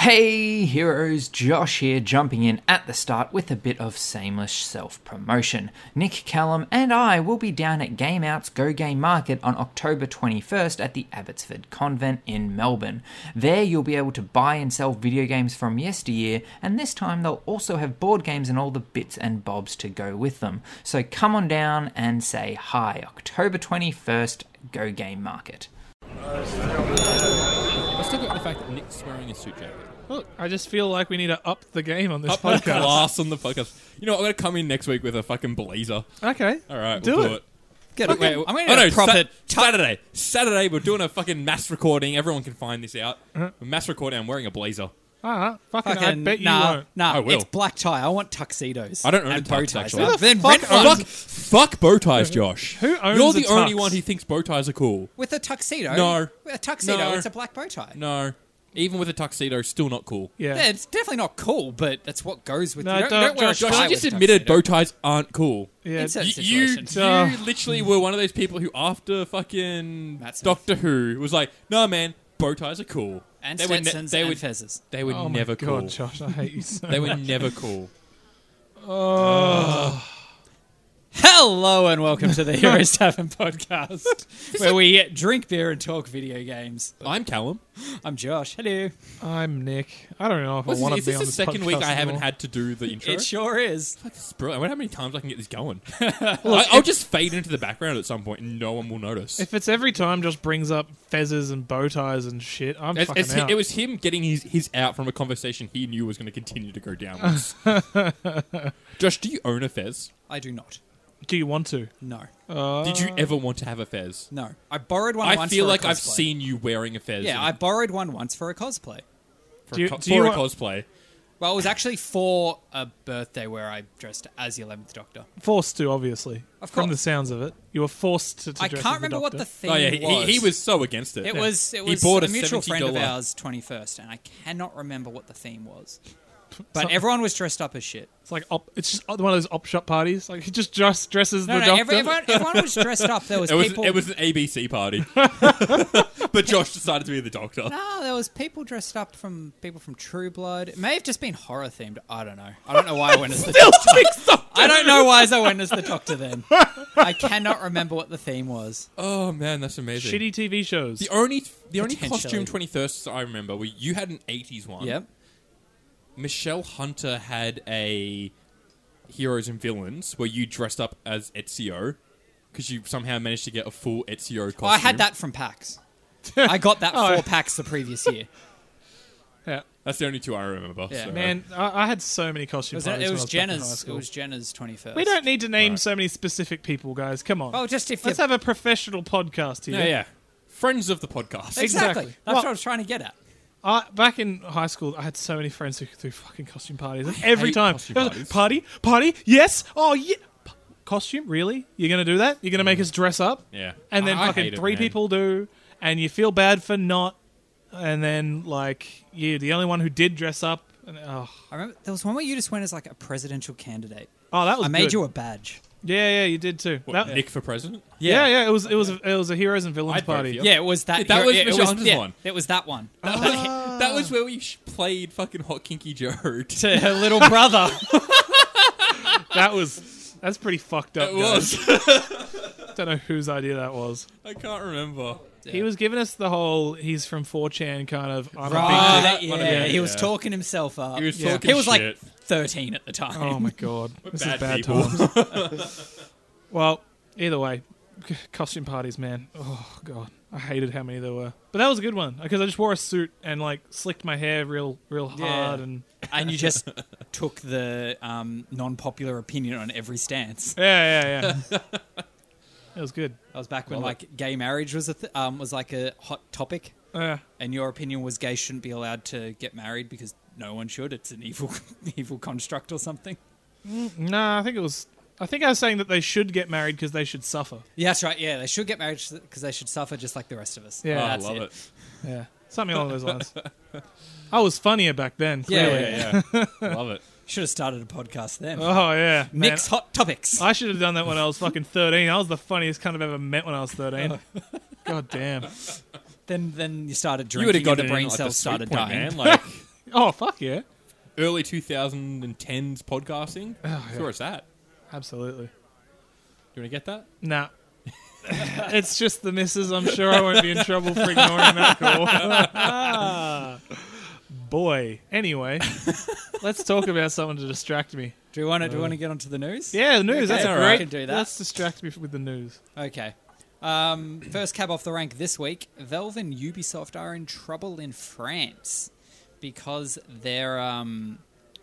Hey heroes, Josh here, jumping in at the start with a bit of shameless self promotion. Nick Callum and I will be down at Game Out's Go Game Market on October 21st at the Abbotsford Convent in Melbourne. There you'll be able to buy and sell video games from yesteryear, and this time they'll also have board games and all the bits and bobs to go with them. So come on down and say hi, October 21st, Go Game Market. I still got the fact that Nick's wearing a suit jacket. Look, I just feel like we need to up the game on this Up my podcast. class on the podcast. You know, what, I'm gonna come in next week with a fucking blazer. okay. All right, Do we'll it. do it. Get Okay, away. I'm going oh, to no, get a profit. Sa- Saturday, Saturday, we're doing a fucking mass recording. Everyone can find this out. Uh-huh. We're mass recording. I'm wearing a blazer. Ah, fucking, I Fucking, bet you nah, won't. nah. I will. It's black tie. I want tuxedos. I don't own and a bow tux, ties. actually. Now, Who the Then fuck rent owns- one Fuck, fuck bow ties, Josh. Who owns You're a the only tux? one who thinks bow ties are cool. with a tuxedo. No. With a tuxedo. No. It's a black bow tie. No, even with a tuxedo, still not cool. Yeah. Yeah, it's definitely not cool, but that's what goes with. No, you don't, don't, don't, wear a Josh, Josh, tie you just with a admitted tuxedo. bow ties aren't cool. yeah. It's a- You, you, situation. Uh, you literally were one of those people who, after fucking Matt Smith. Doctor Who, was like, "No, man, bow ties are cool." And were ne- Stetsons they and were Fezzes. They were oh never my cool. God, Josh, I hate you so They much. were never cool. Hello and welcome to the Heroes Tavern podcast, where we drink beer and talk video games. I'm Callum. I'm Josh. Hello. I'm Nick. I don't know if What's I want this, to is be this on the this second week podcast I haven't anymore. had to do the intro? It sure is. Fuck, this is brilliant. I wonder how many times I can get this going. I, I'll just fade into the background at some point and no one will notice. If it's every time just brings up fezzes and bow ties and shit, I'm It's- fucking it's- out. it was him getting his, his out from a conversation he knew was going to continue to go downwards. Josh, do you own a fez? I do not. Do you want to? No. Did Uh. you ever want to have a fez? No. I borrowed one I once feel for a like I've cosplay. seen you wearing a fez. Yeah, I in- borrowed one once for a cosplay. for, Do a you- co- do you for a want- cosplay. Well, it was actually for a birthday where I dressed as the Eleventh Doctor. Forced to, obviously. Of From course. the sounds of it, you were forced to. to I dress can't as the remember what doctor. the theme Oh yeah, he- was. he, he was so against it. It was. It He was bought a, a mutual friend of $70 ours, twenty first, and I cannot remember what the theme was. But everyone was dressed up as shit. It's like op, it's just one of those op shop parties. Like he just dress, dresses No, the no, doctor. every- everyone, everyone was dressed up. There was It was, people. it was an ABC party. but Josh decided to be the doctor. no, there was people dressed up from people from True Blood. It may have just been horror themed. I don't know. I don't know why I went as the Doctor. I don't know why I went as the Doctor then. I cannot remember what the theme was. Oh man, that's amazing. Shitty TV shows. The only the only Potentially. costume twenty first I remember, we you had an eighties one. Yep. Michelle Hunter had a heroes and villains where you dressed up as Ezio because you somehow managed to get a full Ezio costume. Oh, I had that from PAX. I got that Oh. four packs the previous year. yeah. That's the only two I remember. Yeah. so- Man, I, I had so many costume It was, parties. it when was I back in high Jenna's. It school. was Jenna's twenty first. We don't need to name so many specific people, guys. Come on. Well, just if Let's you- have a professional podcast here. Yeah, yeah. Friends of the podcast. exactly. Exactly. That's Well- what I was trying to get at. I, back in high school, I had so many friends who threw fucking costume parties, and every time costume it was parties. like, party, party, yes, oh yeah, P- costume, really? You're gonna do that? You're gonna Mm. make us dress up? Yeah. And then I- I fucking hate it, three man. people do, and you feel bad for not, and then like you're the only one who did dress up. And, oh, I remember there was one where you just went as like a presidential candidate. oh, that was I made good. you a badge. yeah, yeah, you did too. What, That- Nick for president. yeah, yeah, it was it was a, it was a heroes and villains I'd vote party. for you. Yeah, it was that. Yeah, that was yeah, it Michelle Hunter's yeah, one. It was that one. Oh. That was where we sh- played fucking Hot Kinky Joe. it to her little brother. That was that's pretty fucked up. guys. was. Don't know whose idea that was. I can't remember. He was giving us the whole he's from 4chan kind of. I'm a big Ah, Yeah, that- one yeah, of them, he was yeah. talking himself up. He was Yeah. talking He was, like, shit. thirteen at the time. Oh my god, this bad is bad people. times. well, either way, c- costume parties, man. Oh god, I hated how many there were, but that was a good one because I just wore a suit and like slicked my hair real, real Yeah. hard, and and you just took the um, non-popular opinion on every stance. yeah, yeah, yeah. it was good. That was back when like gay marriage was a th- um, was like a hot topic. Yeah. and your opinion was gays shouldn't be allowed to get married because no one should. It's an evil, evil construct or something. Nah, I think it was. I think I was saying that they should get married because they should suffer. Yeah, that's right. Yeah, they should get married because they should suffer just like the rest of us. Yeah. Oh, I that's love it. it. Yeah, something along those lines. I was funnier back then. Yeah, Clearly. Yeah, yeah. love it. Should have started a podcast then. Oh yeah, man. Nick's hot topics. I should have done that when I was fucking 13. I was the funniest cunt I've ever met when I was 13. Oh. God damn. then, then you started You drinking. would have got and it the in brain at, like, cells the sweet started point, dying. Man. Like, Oh fuck yeah, Early 2010s podcasting. That's where it's at. absolutely. Do you want to get that? Nah. it's just the misses. I'm sure I won't be in trouble for ignoring that call. Boy. Anyway, let's talk about someone to distract me. Do you want to? Do you want to get onto the news? Yeah, the news. Okay, that's we all right. can do that. Let's distract me with the news. Okay. Um, first cab off the rank this week. Valve and Ubisoft are in trouble in France because their um,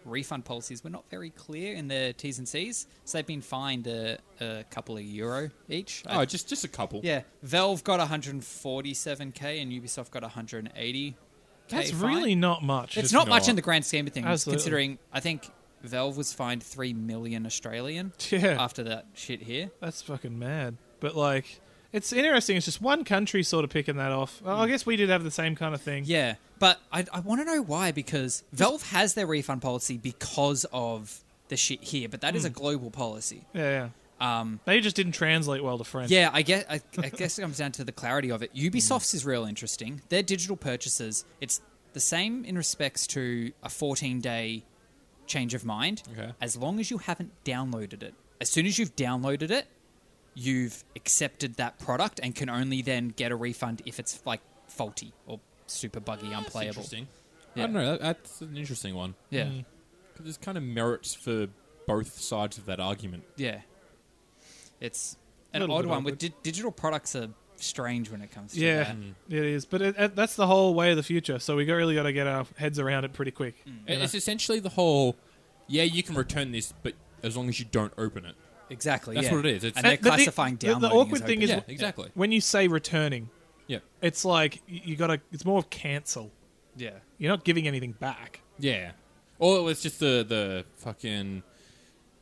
refund policies were not very clear in their T's and C's. So they've been fined a, a couple of euro each. I Oh, just just a couple. Yeah, Valve got 147k and Ubisoft got 180. That's really not much. It's just not much not. in the grand scheme of things, Absolutely. considering I think Valve was fined three million Australian Yeah. after that shit here. That's fucking mad. But like, it's interesting. It's just one country sort of picking that off. Well, I guess we did have the same kind of thing. Hmm. Yeah, but I, I want to know why because Valve has their refund policy because of the shit here, but that is a Hmm. global policy. Yeah. yeah. Um, they just didn't translate well to French. Yeah, I guess I, I guess it comes down to the clarity of it. Ubisoft's is real interesting. Their digital purchases, it's the same in respects to a 14 day change of mind, Okay. as long as you haven't downloaded it. As soon as you've downloaded it, you've accepted that product and can only then get a refund if it's like faulty or super buggy, That's unplayable. interesting. Hmm. Yeah. I don't know. That, that's an interesting one. Yeah, Because there's kind of merits for both sides of that argument. yeah. It's an Little odd bit one. awkward. With di- digital products are strange when it comes to Yeah, that. it is. But it, it, that's the whole way of the future. So we got- really got to get our heads around it pretty quick. Hmm. It- It's essentially the whole. Yeah, you can return this, but as long as you don't open it. Exactly. That's yeah. what it is. It's- and they're But the- classifying the- the downloading. awkward as thing open. is- Yeah, what- exactly. When you say returning, Yeah, it's like y- you got to. It's more of cancel. yeah. You're not giving anything back. yeah. Or it's just the the fucking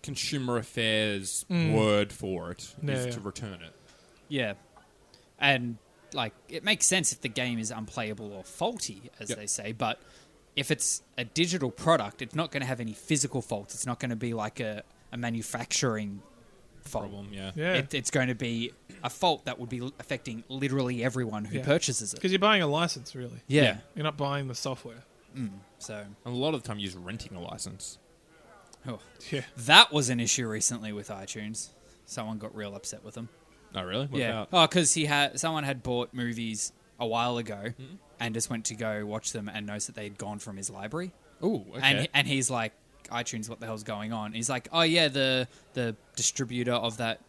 consumer affairs word for it is Yeah, yeah. to return it. Yeah. And like it makes sense if the game is unplayable or faulty, as Yep. they say, but if it's a digital product, it's not going to have any physical faults. It's not going to be like a, a manufacturing fault. Problem. Yeah. Yeah, It, it's going to be a fault that would be l- affecting literally everyone who Yeah. purchases it. because you're buying a license, really. Yeah. Yeah. You're not buying the software. So And a lot of the time, you're just renting a license. oh. Yeah. that was an issue recently with iTunes. Someone got real upset with them. Oh, really? What yeah. about? Oh, because he had someone had bought movies a while ago Hmm? and just went to go watch them and noticed that they'd gone from his library. Oh, okay. And and he's like, iTunes, what the hell's going on? He's like, oh yeah, the the distributor of that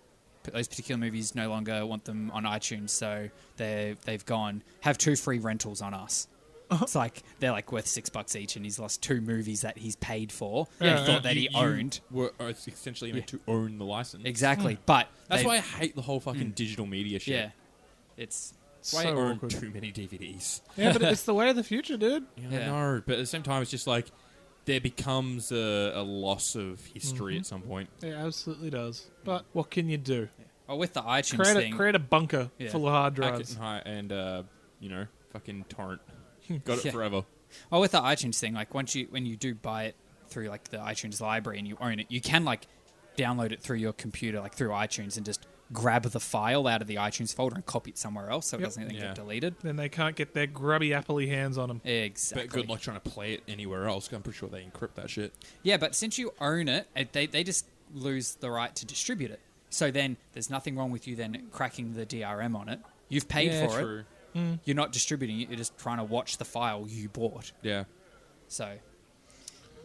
those particular movies no longer want them on iTunes, so they they've gone have two free rentals on us. Uh-huh. It's like they're like worth six bucks each, and he's lost two movies that he's paid for. Yeah, and yeah. thought that he You- you owned were are essentially meant to own the license. exactly, but Hmm. That's they- why I hate the whole fucking digital media shit. yeah, it's It's Why I so own awkward. too many DVDs? Yeah, but it's the way of the future, dude. Yeah, Yeah. I know. But at the same time, it's just like there becomes a, a loss of history at some point. It absolutely does. But what can you do? oh with the iTunes Create a, thing. create a bunker Yeah. full of hard Hack it drives. and hi- and uh, you know, fucking torrent. Got it Yeah. forever. Well, with the iTunes thing, like once you when you do buy it through like the iTunes library and you own it, you can like download it through your computer, like through iTunes, and just grab the file out of the iTunes folder and copy it somewhere else so it Yep. doesn't then Yeah. get deleted. Then they can't get their grubby appley hands on them. Exactly. But good luck trying to play it anywhere else. 'cause I'm pretty sure they encrypt that shit. Yeah, but since you own it, it- they they just lose the right to distribute it. So then there's nothing wrong with you then cracking the DRM on it. You've paid yeah, for true. it. You're not distributing it. You're just trying to watch the file you bought. Yeah. So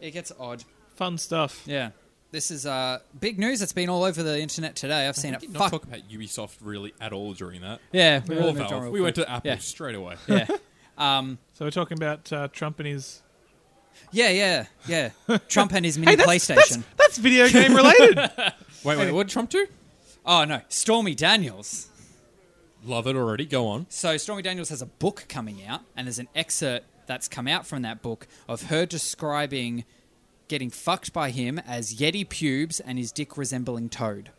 it gets odd. Fun stuff. Yeah. This is uh, big news that's been all over the internet today. I've seen We it. did Fuck. not talk about Ubisoft really at all during that. yeah, we Or really moved on Valve. real We went quick. to Apple Yeah. straight away. Yeah. Um, So we're talking about uh, Trump and his. yeah, yeah, yeah. Trump and his mini PlayStation. That's video game related. Wait, wait, what did Trump do? Oh no, Stormy Daniels. Love it already. Go on. So Stormy Daniels has a book coming out, and there's an excerpt that's come out from that book of her describing getting fucked by him as Yeti pubes and his dick resembling Toad.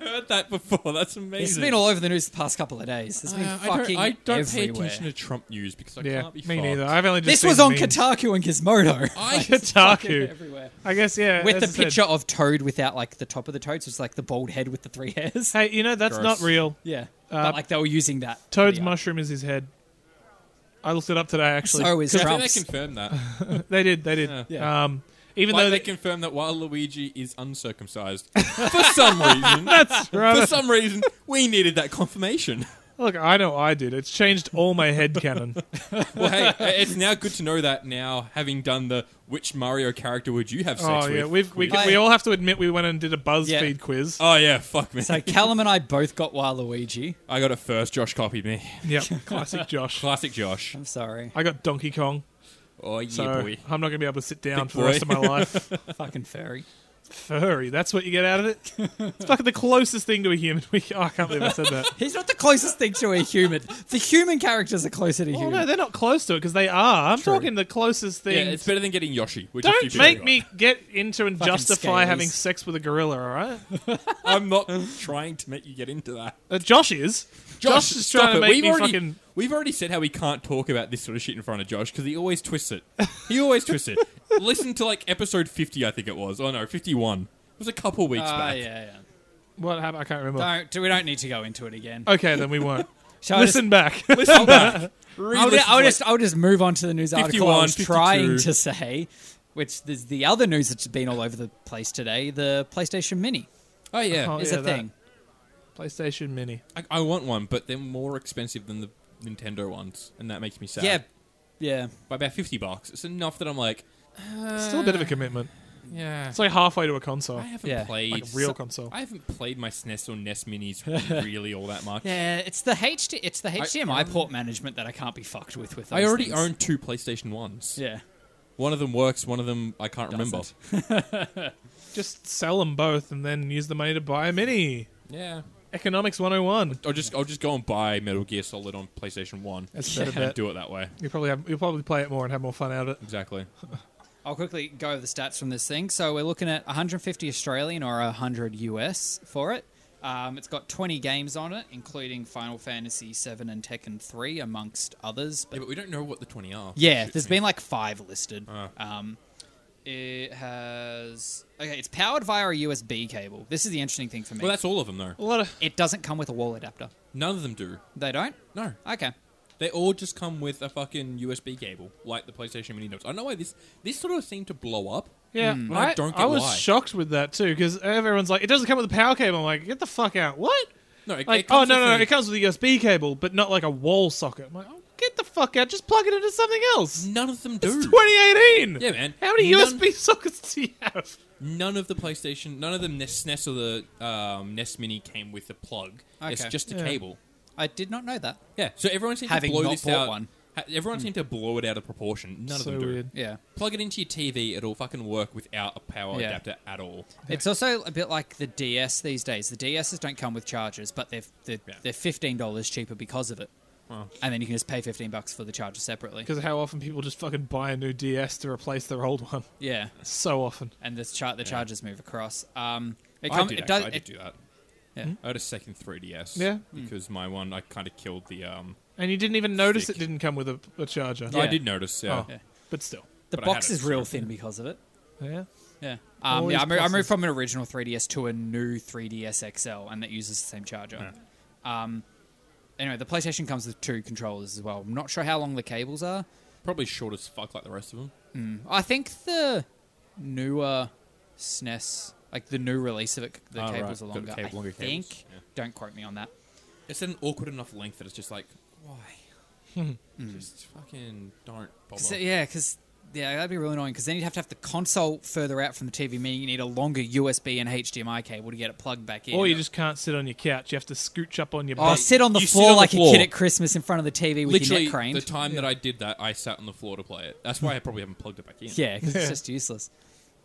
heard that before. That's amazing. It's been all over the news the past couple of days. It's been Uh, fucking I don't, I don't pay everywhere. attention to Trump news because I yeah, can't be me neither. fucked. I've only just this seen was the on memes. Kotaku and Gizmodo. I, Kotaku. everywhere. I guess yeah. with as the I said. picture of Toad without like the top of the Toad, so it's like the bald head with the three hairs. Hey, you know that's not Gross. real. yeah, Uh, but like they were using that. for Toad's the- mushroom is his head. I looked it up today actually. So is I think they Trumps. confirmed that. They did. They did. Yeah. Um, even Like, though they they, confirmed that while Luigi is uncircumcised, for some reason, that's right. for some reason, we needed that confirmation. Look, I know I did. It's changed all my head canon. Well, hey, it's now good to know that now, having done the which Mario character would you have sex oh with? yeah, we've, we quiz. we all have to admit we went and did a BuzzFeed Yeah. quiz. oh yeah, fuck me. So Callum and I both got Waluigi. I got it first. Josh copied me. Yep, classic Josh. Classic Josh. I'm sorry. I got Donkey Kong, Oh yeah, so boy. I'm not gonna be able to sit down Big for the rest of boy. my life. Fucking furry. Furry, that's what you get out of it. It's fucking the closest thing to a human. We, oh, I can't believe I said that. He's not the closest thing to a human. The human characters are closer to Oh human. no, they're not close to it because they are. I'm True. talking the closest Yeah, thing. it's better than getting Yoshi. Which a few Don't people make got. me get into and Fucking justify scalies. having sex with a gorilla. All right, I'm not trying to make you get into that. uh, Josh is. Josh, is stop trying to it. make we've me already, fucking. We've already said how we can't talk about this sort of shit in front of Josh because he always twists it. He always twists it. Listen to like episode 50, I think it was. Oh no, 51. It was a couple weeks Ah, back. yeah, yeah. What happened? I can't remember. Don't, do- we don't need to go into it again. Okay, then we won't. Shall Listen back. Listen back. I will Re-listen just, I'll, to just, I'll just move on to the news article 51, I was trying 52. to say, which is the other news that's been all over the place today. The PlayStation Mini like- Oh yeah. Oh, is yeah, a that. thing. PlayStation Mini. I, I want one, but they're more expensive than the Nintendo ones, and that makes me sad. Yeah, yeah. by about fifty bucks. It's enough that I'm like, Still a bit of a commitment. yeah, It's like halfway to a console, I haven't Yeah. played like a real so- console. I haven't played my SNES or NES minis really all that much. Yeah, it's the HD, it's the HDMI um, port management that I can't be fucked with. With those I already things. own two PlayStation ones. Yeah, One of them works. One of them I can't remember. Doesn't. Just sell them both and then use the money to buy a Mini. Yeah. Economics 101. I'll just I'll just go and buy Metal Gear Solid on PlayStation One That's a Yeah. better and bet. do it that way. You probably have, you'll probably play it more and have more fun out of it. Exactly. I'll quickly go over the stats from this thing. So we're looking at 150 Australian or 100 US for it. Um, it's got 20 games on it, including Final Fantasy VII and Tekken 3, amongst others. But Yeah, but we don't know what the twenty are. yeah, Shit. there's been like five listed. Ah. Um, it has okay. It's powered via a USB cable. This is the interesting thing for me. well, that's all of them though. A lot of. it doesn't come with a wall adapter. None of them do. They don't. No, Okay. They all just come with a fucking USB cable, like the PlayStation Mini does. I don't know why this this sort of seemed to blow up. Yeah, But I, Hmm. I don't get I was why. shocked with that too because everyone's like, it doesn't come with a power cable. I'm like, get the fuck out. What? No, it, Like, it oh, comes no, with no, a- no. It comes with a USB cable, but not like a wall socket. I'm like, oh, get the fuck out. Just plug it into something else. none of them do. It's 2018. Yeah, man. How many None- USB sockets do you have? None of the PlayStation, none of the E NES, SNES or the um, NES Mini came with a plug. It's Okay. just a Yeah. cable. I did not know that. Yeah. So everyone seemed Having to blow not this bought out. one. ha- Everyone seemed to blow it out of proportion. None so of them do. weird. Yeah. Plug it into your TV; it'll fucking work without a power Yeah. adapter at all. It's also a bit like the DS these days. The DSs don't come with chargers, but they're they're, Yeah. they're fifteen dollars cheaper because of it. Wow. And then you can just pay fifteen bucks for the charger separately. Because how often people just fucking buy a new DS to replace their old one. Yeah, So often. and the char- the chargers move across. Um, it I come- did. it actually, does- I did it- do that. Yeah. Mm. I had a second 3DS. Yeah. Because my one, I kind of killed the. um And you didn't even notice Thick. it didn't come with a, a charger. Yeah. I did notice. uh, Yeah. Oh, But still. The but I had box it is real separate. thin because of it. Yeah. Yeah, um, Always yeah. I, mo- I pluses. moved from an original 3DS to a new 3DS XL, and that uses the same charger. Um, anyway, the PlayStation comes with two controllers as well. I'm not sure how long the cables are. Probably short as fuck, like the rest of them. I think the newer SNES, like the new release of it, the Oh, cables right. are Got longer. cable- longer I think. cables, yeah. Don't quote me on that. It's at an awkward enough length that it's just like, why? Hmm. Just fucking don't bother. So, uh, yeah, because yeah, that'd be really annoying. Because then you'd have to have the console further out from the TV, meaning you need a longer USB and HDMI cable to get it plugged back in. Or you just can't sit on your couch. You have to scooch up on your oh, butt. sit on the you sit floor on the like floor. a kid at Christmas in front of the TV with your Literally, neck craned. the time that I did that, I sat on the floor to play it. That's why I probably haven't plugged it back in. Yeah, because Yeah. it's just useless.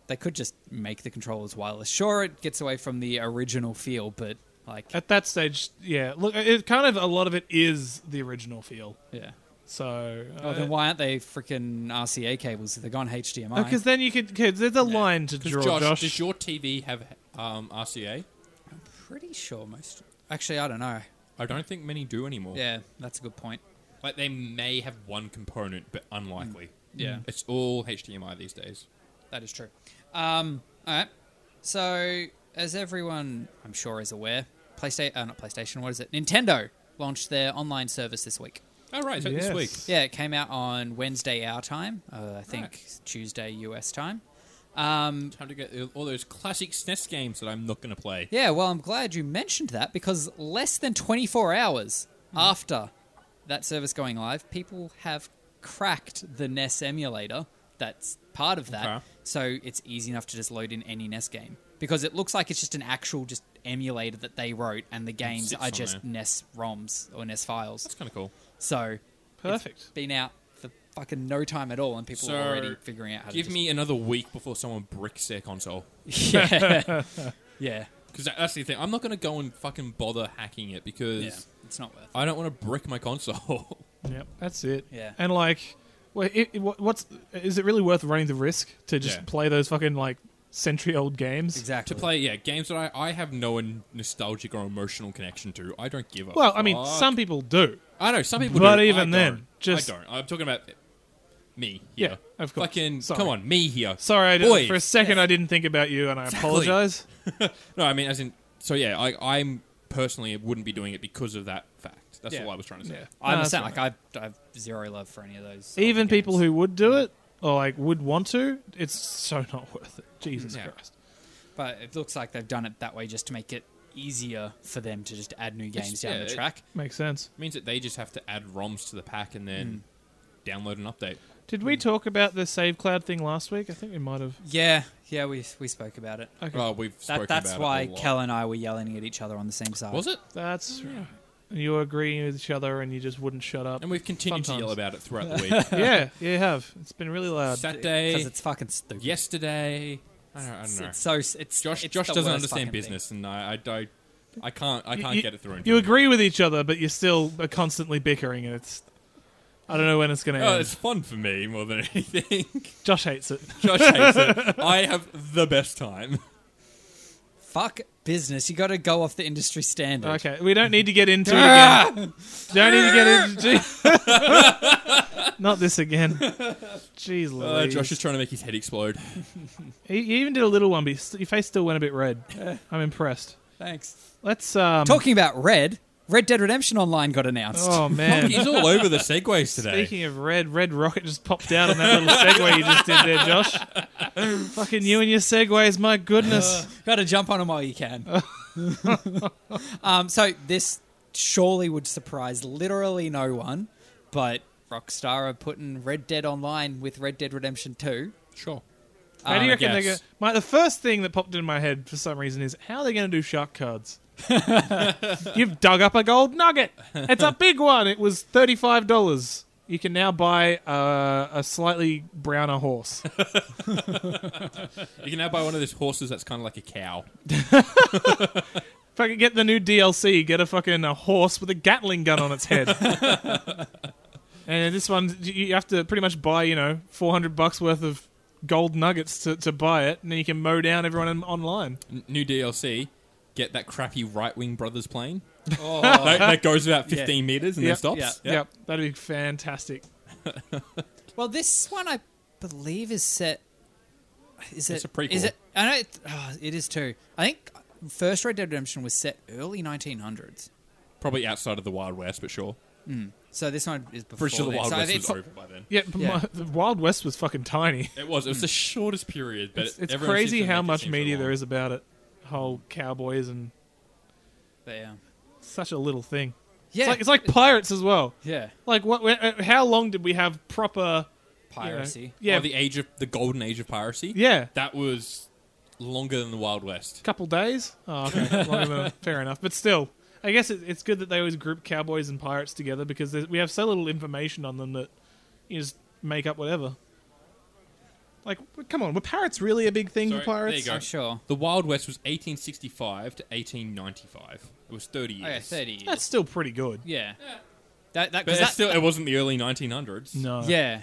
They could just make the controllers wireless. Sure, it gets away from the original feel, but like, Uh, At that stage, yeah. Look, it kind of, a lot of it is the original feel. yeah. So. Uh, Oh, then why aren't they freaking RCA cables? They're gone HDMI. Oh, Because then you could. Cause there's a line to 'Cause draw, Josh, Josh. does your TV have um, RCA? Pretty sure most. Actually, I don't know. I don't think many do anymore. Yeah, that's a good point. Like, they may have one component, but Mm. unlikely. Yeah. It's all HDMI these days. That is true. Um, all right. So, as everyone I'm sure is aware, PlayStation, uh, not PlayStation, what is it? Nintendo launched their online service this week. All right, so Yes. this week. Yeah, it came out on Wednesday our time. Uh, I think Tuesday US time. Um, Time to get all those classic SNES games that I'm not going to play. yeah, well, I'm glad you mentioned that because less than 24 hours Hmm. after that service going live, people have cracked the NES emulator. That's part of that. Okay. So it's easy enough to just load in any NES game because it looks like it's just an actual just emulator that they wrote, and the games sits are on just there. NES ROMs or NES files. That's kind of cool. So Perfect. been out for fucking no time at all, and people So, are already figuring out how Give to. just- me another week before someone bricks their console. yeah, yeah, Because that's the thing. I'm not going to go and fucking bother hacking it because yeah. It's not worth. it. I don't want to brick my console. Yep, that's it. Yeah. And like, well, it, it- what- what's is it really worth running the risk to just Yeah. play those fucking like century-old games? Exactly. to play, yeah, games that I, I have no n- nostalgic or emotional connection to. I don't give a Well, I mean, fuck. some people do. I know some people, But do. even I then, don't. just- I don't. I'm talking about me. Yeah, Here. of course. Fucking Sorry. come on, me here. Sorry, I didn't, Boys. for a second I didn't think about you, and I Exactly. apologize. No, I mean, as in, so yeah, I, I'm personally wouldn't be doing it because of that fact. That's Yeah. all I was trying to say. Yeah. I No, understand. that's Like I, I have zero love for any of those. Even older people games. who would do it or like would want to, it's so not worth it. Jesus Yeah. Christ. but it looks like they've done it that way just to make it easier for them to just add new games down yeah, the it- track. Makes sense. It means that they just have to add ROMs to the pack and then Mm. download an update. Did we talk about the SaveCloud thing last week? I think we might have. Yeah, yeah. We we spoke about it. Okay. Oh, we've spoken That, that's about why it a lot. Kel and I were yelling at each other on the same side. was it? Oh, That's right. And you were agreeing with each other and you just wouldn't shut up. And we've continued to yell Sometimes. about it throughout the week. yeah, yeah, you have. It's been really loud. Because Saturday, it's fucking stupid. yesterday. I don't, I It's, don't know. it's so s- it's Josh, it's Josh the doesn't worst understand fucking thing. business, and I, I, I, I can't, I You- can't you- get it through. You agree with each other, but you're still are constantly bickering, and it's. I don't know when it's going to Oh, end. it's fun for me more than anything. Josh hates it. Josh hates it. I have the best time. Fuck business. You got to go off the industry standard. Okay, we don't need to get into it Ah! again. don't need to get into. Not this again. Jeez, Uh, Louise. Josh is trying to make his head explode. You you even did a little one, but your s- your face still went a bit red. I'm impressed. Thanks. Let's um. Talking about Red, Red Dead Redemption Online got announced. Oh man. He's all over the segues today. Speaking of red, Red Rocket just popped out on that little segue you just did there, Josh. Fucking you and your segues, my Uh, goodness. Got to jump on them while you can. um, so this surely would surprise literally no one, but Rockstar are putting Red Dead Online with Red Dead Redemption 2. Sure. How do Um, you reckon they're yes. going My the first thing that popped in my head for some reason is how are they going to do shark cards? You've dug up a gold nugget. It's a big one. It was thirty-five dollars. You can now buy uh, a slightly browner horse. You can now buy one of those horses that's kind of like a cow. if I could get the new DLC, get a fucking a horse with a Gatling gun on its head. and this one, you have to pretty much buy, you know, four hundred bucks worth of gold nuggets to, to buy it, and then you can mow down everyone in, online. N- new DLC. Get that crappy right wing brothers plane Oh, that, that goes about 15 meters and Yeah. then stops. Yep. that'd be fantastic. well, this one I believe is set. Is it? It's a prequel. Is it? I know it, oh, it is too. I think first Red Dead Redemption was set early 1900s. Probably outside of the Wild West, but sure. So this one is before. Pretty sure the that. Wild so West it's- was over by then. Yeah, but Yeah. My, the Wild West was fucking tiny. It was. It was the shortest period, but Hmm. It's, it- it's everyone seems crazy to how make it much seem so media there long. is about it. Whole cowboys and but yeah. such a little thing. Yeah. It's like, it's like pirates as well. yeah. Like what? wh- uh, How long did we have proper you know- Piracy. Yeah, yeah, the age of the golden age of piracy. yeah. that was longer than the Wild West. couple days. Oh, okay. Longer than- fair enough. But still, I guess it, it's good that they always group cowboys and pirates together because there's- we have so little information on them that you just make up whatever. Like, w- come on, were pirates really a big thing Sorry, for there you pirates? go. I'm sure. The Wild West was 1865 to 1895. It was 30 years. Okay, 30 years. That's still pretty good. Yeah. That, that, But 'cause it's that- still, it wasn't the early 1900s. No. Yeah.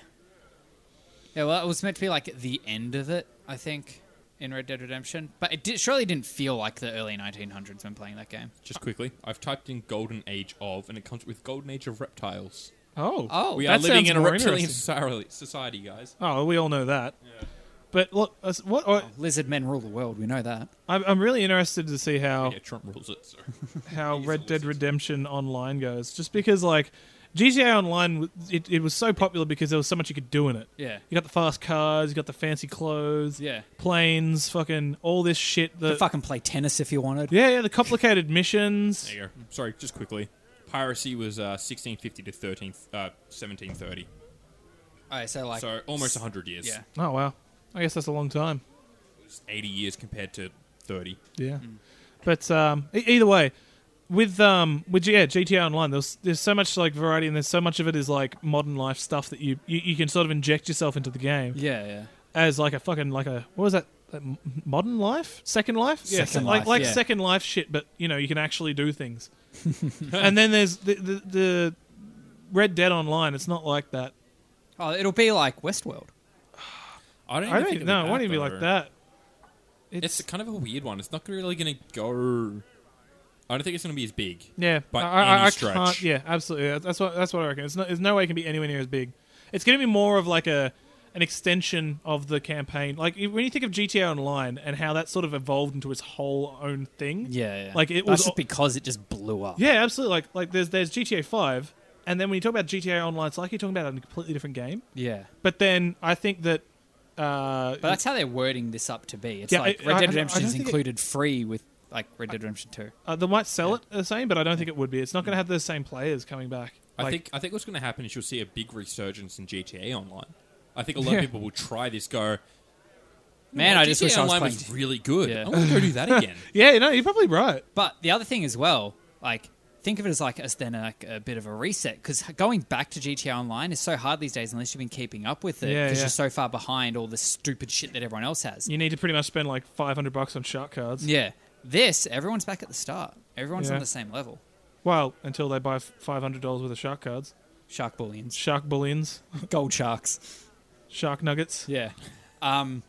Yeah, well, it was meant to be like the end of it, I think, in Red Dead Redemption. But it did, surely didn't feel like the early 1900s when playing that game. Just quickly, I've typed in golden age of, and it comes with golden age of reptiles. Oh. Oh, We That are living sounds in a more reptilian interesting. society, society, guys. Oh, we all know that. But look, us- what? what Oh. lizard men rule the world. We know that. I'm, I'm really interested to see how Yeah, Trump rules it. So. how He's a Red Dead lizard. Redemption Online goes, just because like GTA Online, w- it, it was so popular because there was so much you could do in it. Yeah. You got the fast cars, you got the fancy clothes, Yeah. planes, fucking all this shit. The, Could fucking play tennis if you wanted. yeah, yeah, the complicated missions. There you go. Sorry, just quickly. Piracy was uh, 1650 to 13, uh, 1730. All right, so like so almost 100 years. Yeah. Oh wow, I guess that's a long time. It's 80 years compared to 30. Yeah, Mm. but um, e- either way, with um, with yeah, GTA Online, there's there's so much like variety, and there's so much of it is like modern life stuff that you you, you can sort of inject yourself into the game Yeah, yeah. as like a fucking like a what was that. that m- Modern life, Second Life, Second like Life, like yeah. Second Life shit, but you know you can actually do things. and then there's the, the the Red Dead Online. It's not like that. Oh, it'll be like Westworld. I don't even I think it'll be don't know. It that, won't even be though. like that. It's kind of a weird one. It's not really going to go. I don't think it's going to be as big. Yeah, by I, I- any I stretch. Can't, yeah, absolutely. That's- That's what that's what I reckon. It's no, there's no way it can be anywhere near as big. It's going to be more of like a an extension of the campaign. Like if- when you think of GTA Online and how that sort of evolved into its whole own thing. Yeah, yeah. Like it That's was. just because it just blew up. yeah, absolutely. Like like there's there's GTA Five, and then when you talk about GTA Online, it's like you're talking about a completely different game. yeah. But then I think that. Uh, But that's how they're wording this up to be. It's Yeah, like I- Red I- I Dead don't- I Redemption is don't think it- included free with like Red Dead Redemption 2. uh, they might sell it the same, but I don't think it would be. It's not going to have the same players coming back. I Like, think I think what's going to happen is you'll see a big resurgence in GTA Online. I think a lot Yeah. of people will try this. Go, Man, "Oh, I just GTA wish I was Online playing. was really good. Yeah. I want to go do that again. Yeah, no, you're probably right. But the other thing as well, like think of it as like as then like a bit of a reset because going back to GTA Online is so hard these days unless you've been keeping up with it because Yeah, yeah. you're so far behind all this stupid shit that everyone else has. You need to pretty much spend like 500 bucks on shark cards. Yeah. This everyone's back at the start. Everyone's Yeah. on the same level. Well, until they buy f- $500 worth of shark cards. Shark bullions, Shark bullions, gold sharks. shark nuggets. Yeah. Um,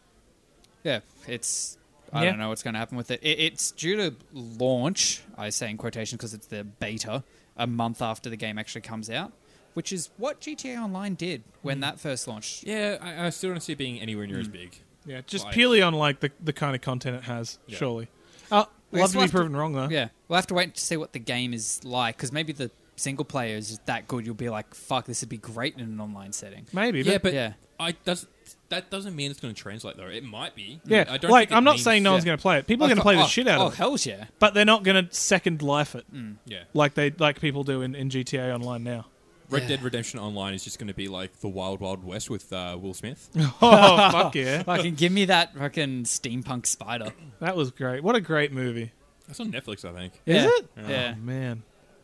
yeah, it's. I Yeah. don't know what's going to happen with it. it. It's due to launch, I say in quotation because it's the beta, a month after the game actually comes out, which is what GTA Online did when Mm. that first launched. yeah, I, I still don't see it being anywhere near as big. Yeah, just Like- purely on like the, the kind of content it has, Yeah. surely. Uh, love guess to we'll be have to- proven wrong, though. Yeah, we'll have to wait to see what the game is like because maybe the single player is that good. You'll be like, fuck, this would be great in an online setting. Maybe. Yeah, but, but Yeah. I does that doesn't mean it's going to translate though. It might be. yeah. I don't. like, think it I'm not means- saying no one's yeah. going to play it. People are Oh, going to play oh, the shit out oh, of it. hell's yeah. But they're not going to second life it Yeah, like they like people do in, in GTA Online now. Red Yeah. Dead Redemption Online is just going to be like the Wild Wild West with uh, Will Smith. Oh, fuck yeah. Fucking give me that fucking steampunk spider. That was great. What a great movie. That's on Netflix, I think. Is Yeah. it? Yeah. Oh, man.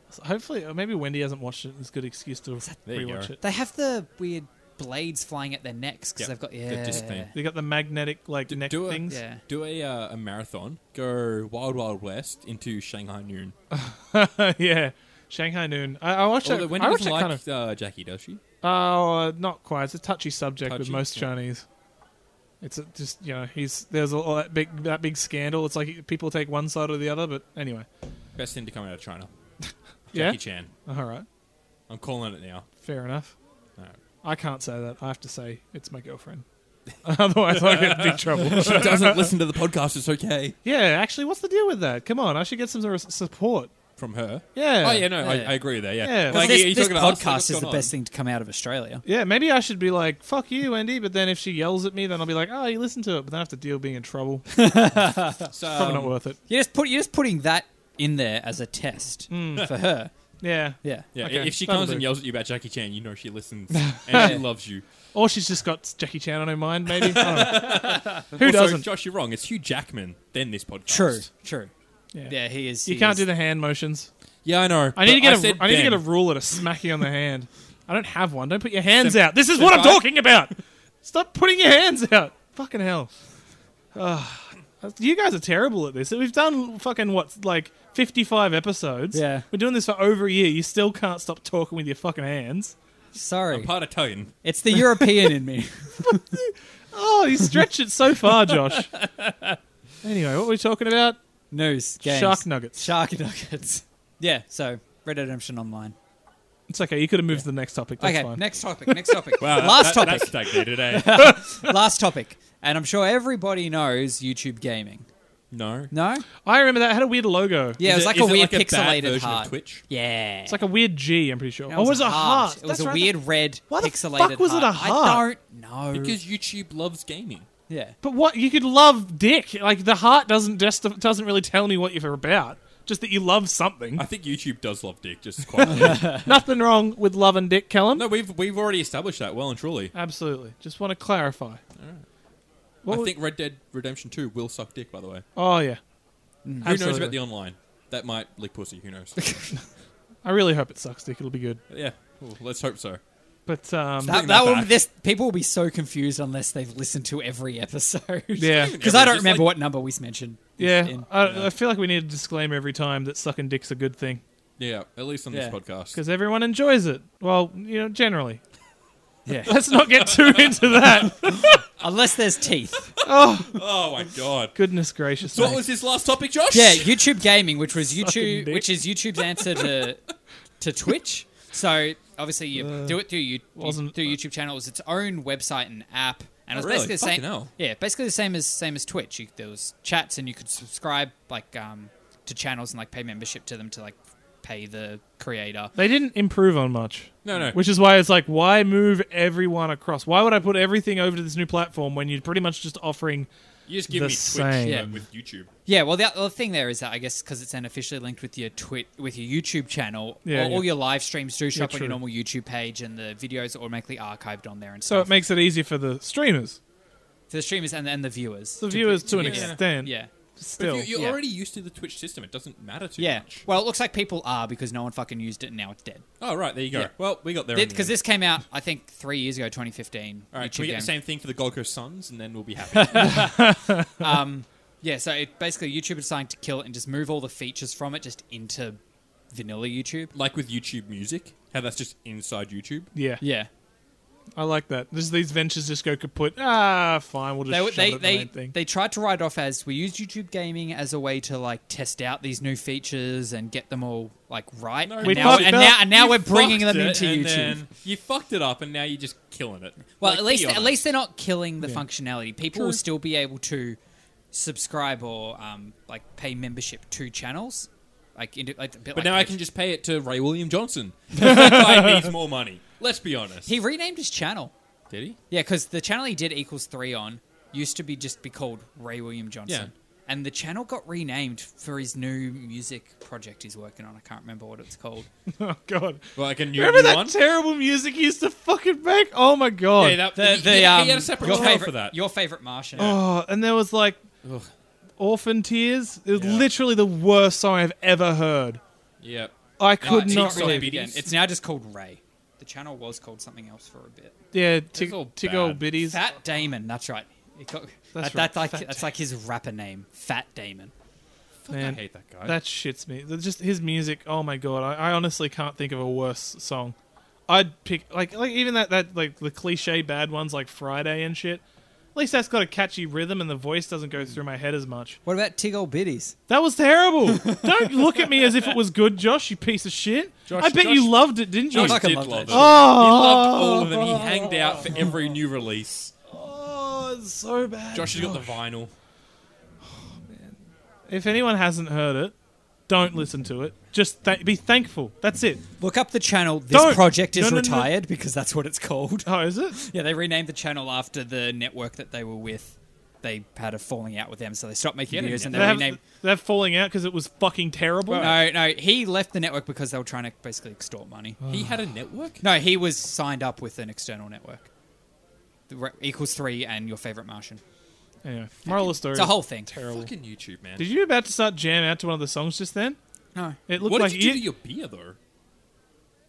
So hopefully, or maybe Wendy hasn't watched it. It's a good excuse to There you rewatch go. it. They have the weird blades flying at their necks because Yeah, they've got the yeah, disc thing. They got the magnetic like D- neck do it. things. yeah. Do a uh, a marathon. Go Wild Wild West into Shanghai Noon. yeah. Shanghai Noon. I, I watched Although it. Wendy I watched doesn't it like kind of. uh, Jackie, does she? Oh, uh, not quite. It's a touchy subject with Touchy? most Yeah. Chinese. It's a, just you know he's there's all that big that big scandal. It's like people take one side or the other. But anyway, Best thing to come out of China. Yeah? Jackie Chan. all right, I'm calling it now. fair enough. No. I can't say that. I have to say it's my girlfriend. Otherwise, I get in big trouble. She doesn't listen to the podcast. It's okay. Yeah, actually, what's the deal with that? Come on, I should get some sort of s- support. From her. Yeah. Oh yeah, no, I, Yeah. I agree with that. Yeah. Yeah. 'Cause Like, this, are you this talking about us? Like, podcast what's is the going best on? thing to come out of Australia. Yeah, maybe I should be like, fuck you, Wendy, but then if she yells at me, then I'll be like, oh, you listen to it, but then I have to deal with being in trouble. So, Probably not um, worth it. You're just put you're just putting that in there as a test for her. Yeah. Hmm. Yeah. Yeah, Okay, if she that'll comes do. and yells at you about Jackie Chan, you know she listens and she loves you. Or she's just got Jackie Chan on her mind, maybe. I don't know. Who Also, doesn't? Josh, you're wrong. It's Hugh Jackman. Then this podcast. True. True. Yeah. Yeah, he is. You he can't is- do the hand motions. Yeah, I know. I need to but get a said I need to get a then. ruler to smack you on the hand. I don't have one. Don't put your hands Sim- out. This is what I'm Simpai? talking about. Stop putting your hands out. Fucking hell. Ugh. you guys are terrible at this. We've done fucking what like 55 episodes. Yeah. We're doing this for over a year. You still can't stop talking with your fucking hands. Sorry, part Italian. it's the European in me. Oh, you stretch it so far, Josh. anyway, what were we talking about? News games. Shark nuggets. Shark nuggets. Yeah. So Red Dead Redemption Online. It's okay. You could have moved to the next topic. That's okay. fine. Next topic. Next topic. Wow, that- Last Uh, that- topic. That's stagnated, eh? Last topic. And I'm sure everybody knows YouTube gaming. No. No? I remember that it had a weird logo. Yeah, it Is was it- like is a it like weird a bad pixelated version of heart. Twitch? Yeah. It's like a weird G. I'm pretty sure. That oh, it was a heart. It was That's a right. weird red Why the pixelated fuck was it a heart? I don't know. Because YouTube loves gaming. yeah. But what you could love dick. Like the heart doesn't just doesn't really tell me what you're about. Just that you love something. I think YouTube does love dick. Just quite. Nothing wrong with love and dick, Callum. no, we've we've already established that well and truly. Absolutely. Just want to clarify. What I would- think Red Dead Redemption Two will suck dick. By the way, Oh yeah. who knows about the online? That might lick pussy. Who knows? I really hope it sucks dick. It'll be good. yeah, Well, let's hope so. But um, That, bringing that that will, back. this people will be so confused unless they've listened to every episode. Yeah. because I don't Just remember like- what number we mentioned. yeah, in. I, I feel like we need a disclaimer every time that sucking dick's a good thing Yeah, at least on Yeah. this podcast. because everyone enjoys it. Well, you know, generally. yeah. Let's not get too into that. unless there's teeth. Oh my god! Goodness gracious. So what mate. was this last topic, Josh? Yeah, YouTube gaming, which was Sucking YouTube, dick. which is YouTube's answer to to Twitch. So obviously you Uh, do it through you wasn't- through YouTube channel. It was its own website and app, and it Oh, was really? basically the same. Fucking hell. Yeah, basically the same as same as Twitch. You, there was chats, and you could subscribe like um to channels and like pay membership to them to like pay the creator. They didn't improve on much. No, no. Which is why it's like, why move everyone across? Why would I put everything over to this new platform when you're pretty much just offering? you just give the me Twitch same. but Yeah. with YouTube. Yeah, well, the other thing there is that I guess because it's unofficially linked with your twit with your YouTube channel, Yeah, all, yeah. all your live streams do show up on true. your normal YouTube page, and the videos are automatically archived on there and So stuff. it makes it easier for the streamers, to the streamers and, and the viewers. the to- viewers to an yeah. extent. Yeah. But Still. you, you're yeah. already used to the Twitch system. It doesn't matter too Yeah. much. Well, it looks like people are because no one fucking used it and now it's dead. Oh right, there you go. Yeah. Well, we got there in the Because end. this came out, I think, three years ago, 2015. All right, YouTube can we get game. the same thing for the Gold Coast Suns, and then we'll be happy. Um, yeah, so it, basically YouTube is starting to kill it and just move all the features from it just into vanilla YouTube. like with YouTube Music, how that's just inside YouTube. yeah. Yeah. I like that. Just these ventures just go kaput. Ah, fine. We'll just shove they it at the they, main they, thing. they tried to write off as we used YouTube gaming as a way to like test out these new features and get them all like right. No, and, we now, fucked and up. now and now You we're bringing fucked it, them into and YouTube. then you fucked it up, and now you're just killing it. Well, Like, at least be at honest. least they're not killing the functionality. People will True. still be able to subscribe or um, like pay membership to channels. Like, into, like, a bit But like now I Patreon. can just pay it to Ray William Johnson. that guy needs more money. Let's be honest. He renamed his channel. Did he? Yeah, because the channel he did equals three on used to be just be called Ray William Johnson. Yeah. And the channel got renamed for his new music project he's working on. I can't remember what it's called. oh god. Well, like a new, Remember new that one? terrible music he used to fucking make? Oh my god. Yeah, that, The, he- the, he, um, he had a separate your channel favorite, for that. Your favorite Martian. Oh, and there was like Ugh. Orphan Tears. It was Yeah. literally the worst song I've ever heard. yeah. I No, could it's not not really- really. renamed again. It's now just called Ray. The channel was called something else for a bit. Yeah, It's all tickle, tickle bad. bitties. Fat Damon. That's right. He got- That's that- that's right, like Fat that's like his rapper name, Fat Damon. I Man, hate that guy. that shits me. The- Just his music. Oh my god, I, I honestly can't think of a worse song. I'd pick like like even that that like the cliche bad ones like Friday and shit. At least that's got a catchy rhythm and the voice doesn't Hmm. go through my head as much. What about Tiggle Biddies? That was terrible. Don't look at me as if it was good, Josh. You piece of shit. Josh- I bet Josh- you loved it, didn't you? Josh I fucking did love love it. that shit. He loved Oh. all of them. He hanged out for every new release. Oh, it's so bad. Josh has got the vinyl. If anyone hasn't heard it, don't listen to it. Just th- be thankful. That's it. Look up the channel. This Don't. project is No, no, no. retired because that's what it's called. Oh, is it? Yeah, they renamed the channel after the network that they were with. They had a falling out with them, so they stopped making Get a videos network. and they They have, renamed. they're falling out because it was fucking terrible. No, no, he left the network because they were trying to basically extort money. He had a network? No, he was signed up with an external network. The re- equals three and your favorite Martian. Anyway, moral of the story. It's a whole thing. terrible. Fucking YouTube, man. Did you about to start jam out to one of the songs just then? No, It looked what like did you do to it- your beer, though?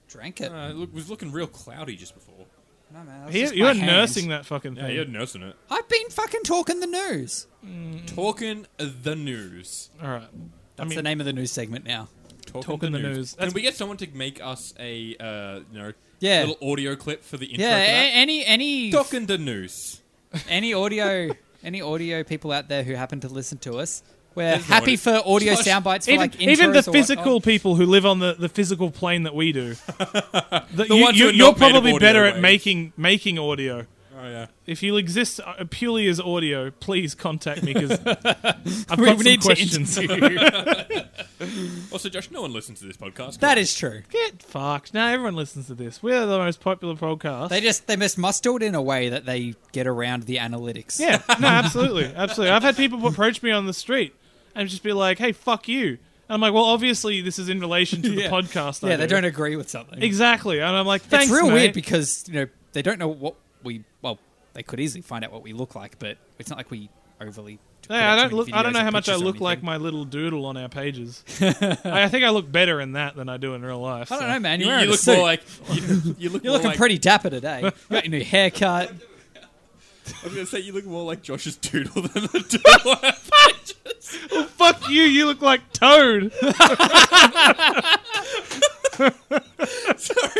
drank it. Uh, it look- was looking real cloudy just before. No, man, that was He- just you my were hand. nursing that fucking thing. Yeah, you're nursing it. I've been fucking talking the news. Mm. Talking the news. All right. I That's mean, the name of the news segment now. Talking, Talking the news. Can That's- we get someone to make us a uh, you know Yeah. little audio clip for the intro? Yeah, to that? a- any any Talking the news. any audio any audio people out there who happen to listen to us, we're There's no happy audio. for audio Josh, sound bites for even, like even the intros or Oh. whatnot. physical people who live on the, the physical plane that we do, the, ones who are are not made of probably audio better at waves. making making audio. Oh yeah. If you exist uh, purely as audio, please contact me because I've got We some need to questions. Also, Josh, no one listens to this podcast. That is true. Get fucked. Now everyone listens to this. We're the most popular podcast. They just they must muscle it in a way that they get around the analytics. yeah, no, absolutely, absolutely. I've had people approach me on the street and just be like, "Hey, fuck you." And I'm like, "Well, obviously this is in relation to the Yeah. podcast." I yeah, they do." don't agree with something. exactly. And I'm like, "Thanks, it's real mate." weird because you know they don't know what we. Well, they could easily find out what we look like, but it's not like we overly. put Hey, out I don't too many look. I videos don't know or how much I pictures or look like anything. my little doodle on our pages. I, I think I look better in that than I do in real life. I so. don't know, man. You, You're you wearing a look suit. more like you, you look. You're more looking like, pretty dapper today. You got your new haircut. I was gonna say you look more like Josh's doodle than the doodle. Fuck you! You look like Toad. Sorry,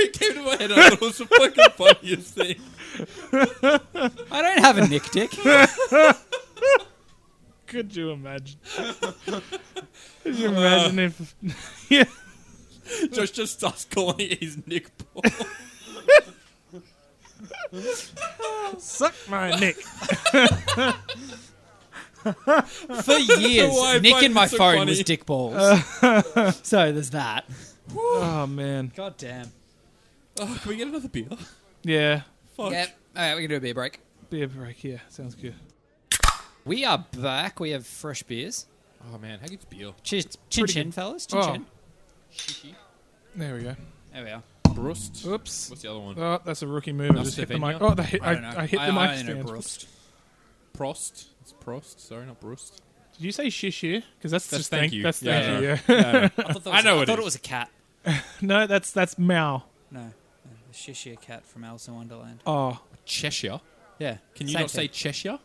it came to my head. I thought it was the fucking funniest thing. I don't have a nick dick. Could you imagine? Could you imagine if? yeah. Josh just starts calling it his Nick Paul. Suck my nick. For years, Why I Nick find in my this so phone funny. was dick balls. so there's that. Oh man. God damn. Oh, can we get another beer? Yeah. Fuck. Yep. All right, we can do a beer break. Beer break. Yeah, sounds good. We are back. We have fresh beers. Oh man, how good's beer? Cheers, chin chin, fellas. Chin Oh. chin. Oh. There we go. There we are. Brust. Oops. What's the other one? Oh, that's a rookie move. I That's just hit the Slovenia. mic. Oh, they hit, I I, don't know. I, hit the I- mic I only know stand. Brust. Prost. It's Prost. Sorry, not Brust. Did you say shish here? Because that's, That's just thank you. That's Yeah, thank I you. know. Yeah. I, thought that I was- know I it thought is. it was a cat. no, that's that's Mao. No, a Cheshire cat from Alice in Wonderland. Oh, Cheshire. Yeah. Can you same not say thing. Cheshire?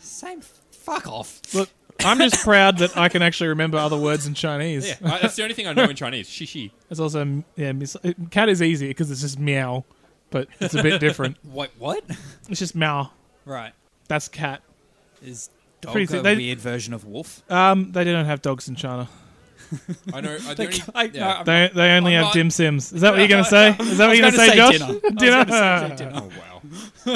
same? f- Fuck off. look. I'm just proud that I can actually remember other words in Chinese. Yeah, I, that's the only thing I know in Chinese. Shishi. It's also yeah, mis- cat is easy because it's just meow, but it's a bit different. Wait, what? It's just meow. Right. That's cat. Is dog Pretty a si- they- weird version of wolf? Um, they don't have dogs in China. I know. I, the only, I, yeah. no, I'm- They they only I'm have not- dim sims. Is that what you're gonna say? Is that I what was you're gonna gonna say, say Josh? dinner. I was Dinner. gonna say dinner. Oh wow!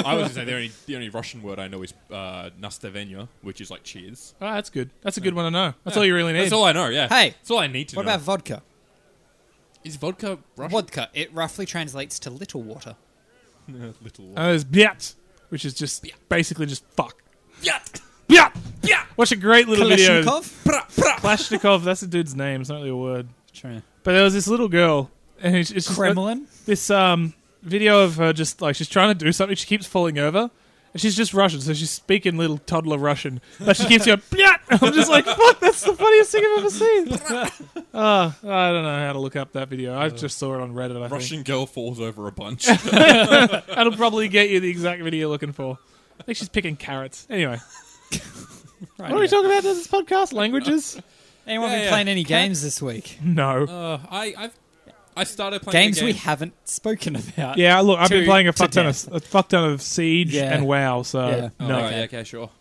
I was gonna say the only the only Russian word I know is uh, nastavenya, which is like cheers. Oh, that's good. That's a good one to know. That's all you really need. That's all I know. Yeah. Hey. that's all I need to What know. about vodka? is vodka Russian? Vodka. It roughly translates to little water. Little. And Uh, there's biat, which is just basically just fuck. yeah. Biat. Yeah. Watch a great little video. Kalashnikov. Kalashnikov. That's a dude's name. It's not really a word. True. But there was this little girl, and it's, it's just Kremlin. this um video of her just like she's trying to do something. She keeps falling over. And she's just Russian, so she's speaking little toddler Russian. But she keeps going, Biat! I'm just like, fuck, that's the funniest thing I've ever seen. Uh, I don't know how to look up that video. I just saw it on Reddit, I think. Russian girl falls over a bunch. That'll probably get you the exact video you're looking for. I think she's picking carrots. Anyway, Right, what are we yeah. talking about in this podcast? Languages? Anyone Yeah, been yeah. playing any games this week? No. uh, I I've I started playing Games a game. we haven't spoken about. Yeah, look, I've To- been playing a fuck to ton of a fuck ton of Siege Yeah. and WoW, so Yeah. Oh, no. right, yeah, okay, sure.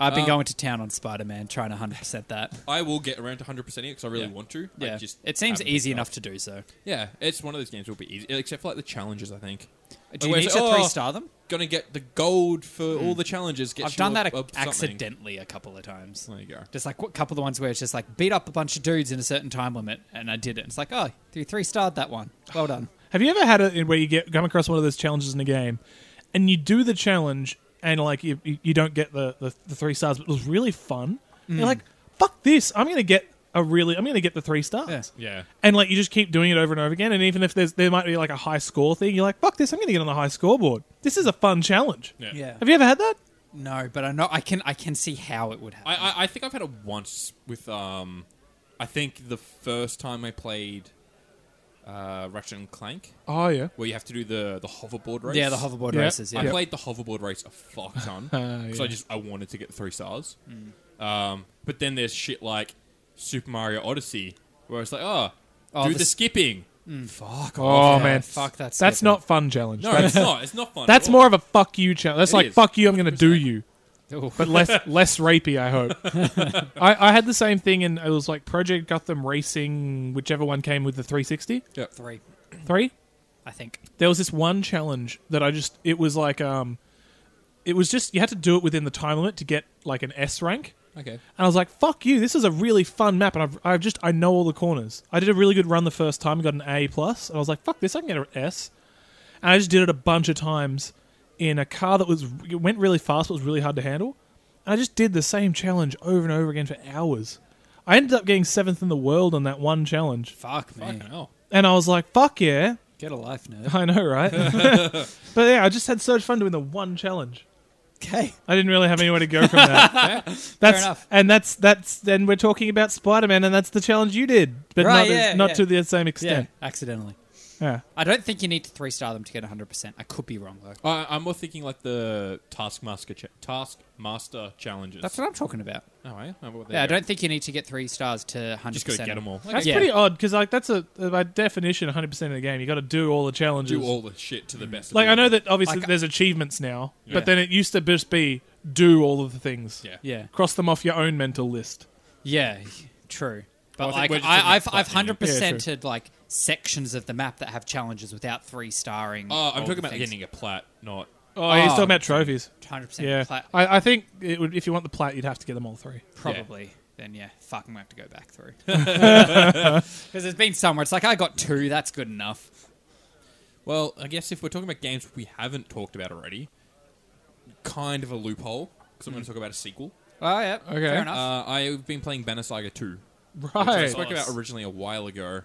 I've been Um, going to town on Spider Man, trying to 100% that. I will get around to 100 percent because I really Yeah. want to. I Yeah. just it seems haven't easy picked enough up. to do so. Yeah, it's one of those games. Will be easy, except for like the challenges. I think. Do Oh, you wait, need so- to oh, three star them? Gonna get the gold for all the challenges. Get Mm. I've done that a- accidentally. accidentally a couple of times. There you go. Just like a couple of the ones where it's just like beat up a bunch of dudes in a certain time limit, and I did it. It's like, oh, you three starred that one. Well done. Have you ever had it where you get come across one of those challenges in a game, and you do the challenge and like you you you don't get the the, the three stars, but it was really fun. You're like, fuck this! I'm gonna get a really I'm gonna get the three stars. Yeah. Yeah. And like you just keep doing it over and over again, and even if there's there might be like a high score thing, you're like, fuck this! I'm gonna get on the high scoreboard. This is a fun challenge. Yeah. Have you ever had that? No, but I know I can I can see how it would happen. I, I, I think I've had it once with um, I think the first time I played, uh, Ratchet and Clank, Oh yeah. where you have to do the the hoverboard race. yeah, the hoverboard Yeah. races. Yeah. I played the hoverboard race a fuck ton because yeah. I just I wanted to get three stars. Mm. Um, but then there's shit like Super Mario Odyssey, where it's like, oh, Oh, do the the, s- Mm. skipping. Fuck Oh off. man, fuck that That's skipping. not fun challenge. No, That- it's not. It's not fun. that's at all. more of a fuck you challenge. That's It like is. fuck you. I'm gonna do you. Ooh. but less less rapey. I hope. I, I had the same thing, and it was like Project Gotham Racing, whichever one came with the 360 three, three. I think. There was this one challenge that I just it was like um It was just you had to do it within the time limit to get like an S rank. Okay. And I was like, "Fuck you! This is a really fun map, and I've, I've just I know all the corners. I did a really good run the first time, got an A plus, and I was like, "Fuck this! I can get an S." And I just did it a bunch of times in a car that was it went really fast, but was really hard to handle. And I just did the same challenge over and over again for hours. I ended up getting seventh in the world on that one challenge, Fuck me. Fucking hell. and I was like, "Fuck yeah!" Get a life, nerd. I know, right? but yeah, I just had so much fun doing the one challenge. Okay. I didn't really have anywhere to go from that. that's enough. and that's that's then we're talking about Spider Man, and that's the challenge you did, but Right, not as, yeah, not yeah. to the same Yeah. extent. Accidentally. Yeah. I don't think you need to three star them to get 100%. I could be wrong, though. I, I'm more thinking like the Taskmaster cha- Taskmaster challenges. That's what I'm talking about. Oh, yeah. Oh, well, there Yeah, I you go. don't think you need to get three stars to 100%. Just go get them all. Like, That's Yeah. pretty odd because like that's a by definition 100 percent of the game. You got to do all the challenges. do all the shit to Mm. the best. of like your I know that obviously Like- uh, there's achievements now, Yeah. but then it used to just be do all of the things. Yeah. Yeah. Cross them off your own mental list. Yeah, true. But Well, I think like, we're I, just talking about I've I've platinum. hundred Yeah, percented like sections of the map that have challenges without three starring. Oh, I'm talking about getting a plat, not. Oh, he's Oh. talking about trophies. hundred percent. Yeah, I, I think it would, if you want the plat, you'd have to get them all three. probably. Then yeah, fucking we have to go back through because there's been somewhere. It's like I got two. That's good enough. Well, I guess if we're talking about games we haven't talked about already, kind of a loophole because I'm going Hmm. to talk about a sequel. Oh yeah. Okay. Fair enough. Uh, I've been playing Banner Saga 2, which I Right. spoke Nice. about originally a while ago,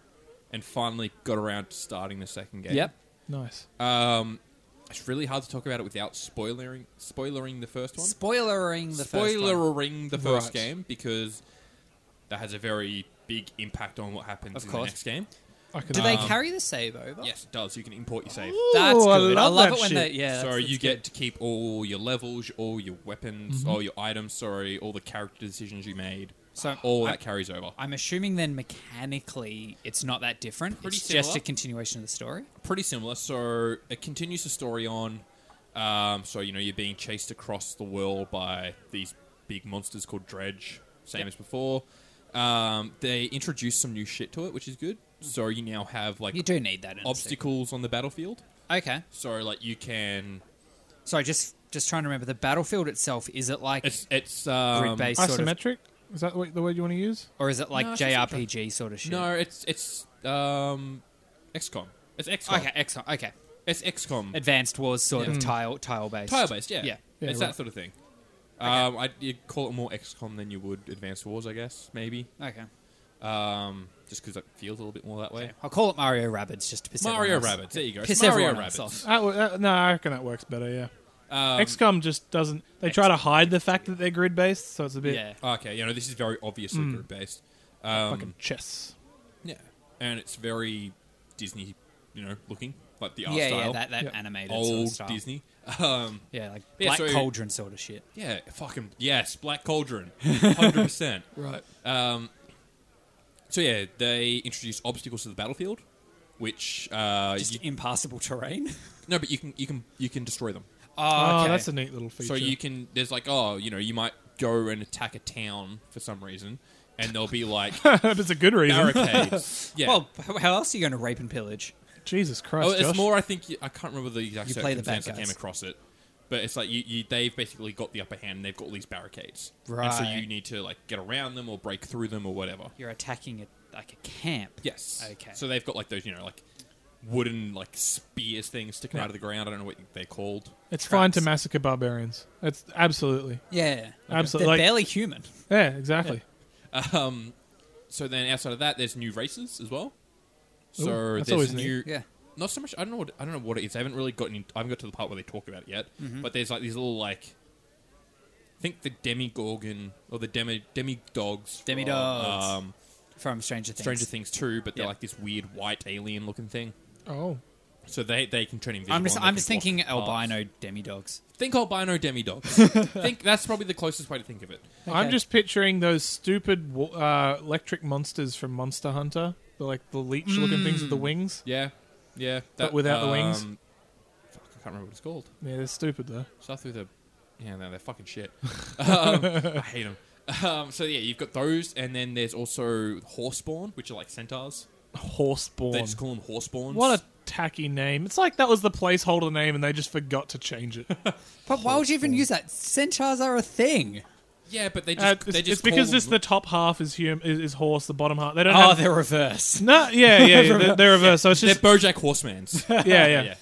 and finally got around to starting the second game. yep. Nice. Um, it's really hard to talk about it without spoilering spoilering the first one. Spoilering the first one. spoilering the first Right. game because that has a very big impact on what happens Of in course. Oh. the next game. I can um, Do they carry the save over? Um, Yes, it does. You can import your save. That's Ooh, good. I I love love, that it when shit. they yeah. so that's- you that's get good. Mm-hmm. to keep all your levels, all your weapons, all your items. Sorry, all the character decisions you made. So all I'm- that carries over. I'm assuming then mechanically it's not that different. Pretty it's just similar. a continuation of the story. Pretty similar. So it continues the story on. Um, so you know you're being chased across the world by these big monsters called Dredge, same as before. Um, they introduced some new shit to it, which is good. So you now have like You do need that in a sequel. obstacles on the battlefield. Okay. So like you can, Sorry, just just trying to remember the battlefield itself. Is it like, it's it's um, Grid-based. sort of- Isometric? Is that what- the word you want to use? or is it like No, it's just JRPG sort of shit? No, it's it's um, XCOM. It's XCOM. Okay, excellent. Okay, It's XCOM. advanced wars sort Yeah. of tile tile based. Tile based, yeah. Yeah. Yeah, it's right. that sort of thing. Um, I, you'd call it more XCOM than you would Advanced Wars, I guess, maybe. Okay, Um, just because it feels a little bit more that way. I'll call it Mario Rabbids just to piss Mario everyone else- Rabbids, there you go. It's Piss Mario everyone else Rabbids. off. Uh, well, uh, no, I reckon that works better, yeah. Um, XCOM just doesn't. They try to hide the fact that they're grid based, so it's a bit. Yeah, okay, you know, this is very obviously Hmm. group based. Fucking chess. Yeah. And it's very Disney, you know, looking. Like the art yeah, style. yeah. That that Yeah. animated sort of Old style. Disney. Um, Yeah, like Yeah, Black so- Cauldron sort of shit. yeah, fucking. Yes, Black Cauldron. 100%. Right. Um, so yeah, they introduce obstacles to the battlefield, which uh, Just you, impassable terrain. no, but you can you can you can destroy them. Oh, okay. that's a neat little feature. So you can there's like oh you know you might go and attack a town for some reason, and there'll be like If it's a good reason. barricades. Yeah. Well, h- how else are you going to rape and pillage? Jesus Christ. Oh, it's Josh. more. I think you, I can't remember the exact You play the bad circumstance I came guys. across it, but it's like you, you they've basically got the upper hand. and They've got all these barricades, And so Right. you need to like get around them or break through them or whatever. You're attacking it like a camp. Yes. Okay. So they've got like those, you know, like wooden like spears things sticking out of the ground. I don't know what they're called. It's fine to traps. massacre barbarians. It's absolutely. yeah, they're Absolutely. Like- barely human. yeah, exactly. So then outside of that, there's new races as well. So Ooh, that's there's always neat. new. Yeah. Not so much. I don't know. What, I don't know what it is. I haven't really gotten. In, I haven't got to the part where they talk about it yet. Mm-hmm. But there's like these little like. I think the demigorgon or the demi demi dogs. Demidogs. Um, From Stranger Things. Stranger Things too, but they're Yeah. like this weird white alien looking thing. Oh. So they they can turn invisible. I'm just and they I'm can just walk thinking in paths. albino demidogs. Think albino demidogs. think that's probably the closest way to think of it. I'm Okay. just picturing those stupid wa- uh, electric monsters from Monster Hunter. The, like the leech looking things with the Hmm. wings. Yeah, yeah. without the wings? um, Fuck, I can't remember what it's called. Yeah, they're stupid though. Stuff through the. Yeah, no, they're fucking shit. um, I hate them. Um, so yeah, you've got those, and then there's also horseborn, which are like centaurs. Horseborn. They just call them horseborns. What a tacky name. It's like that was the placeholder name and they just forgot to change it. But why would you even use that? Centaurs are a thing. Yeah, but they just Uh, they it's, just it's because call just them- the top half is hum- is, is horse, the bottom half they don't Oh, have. they're reverse. No, yeah, yeah, yeah, they're, they're reversed. So it's they're just BoJack Horsemans. yeah, yeah, yeah. yeah.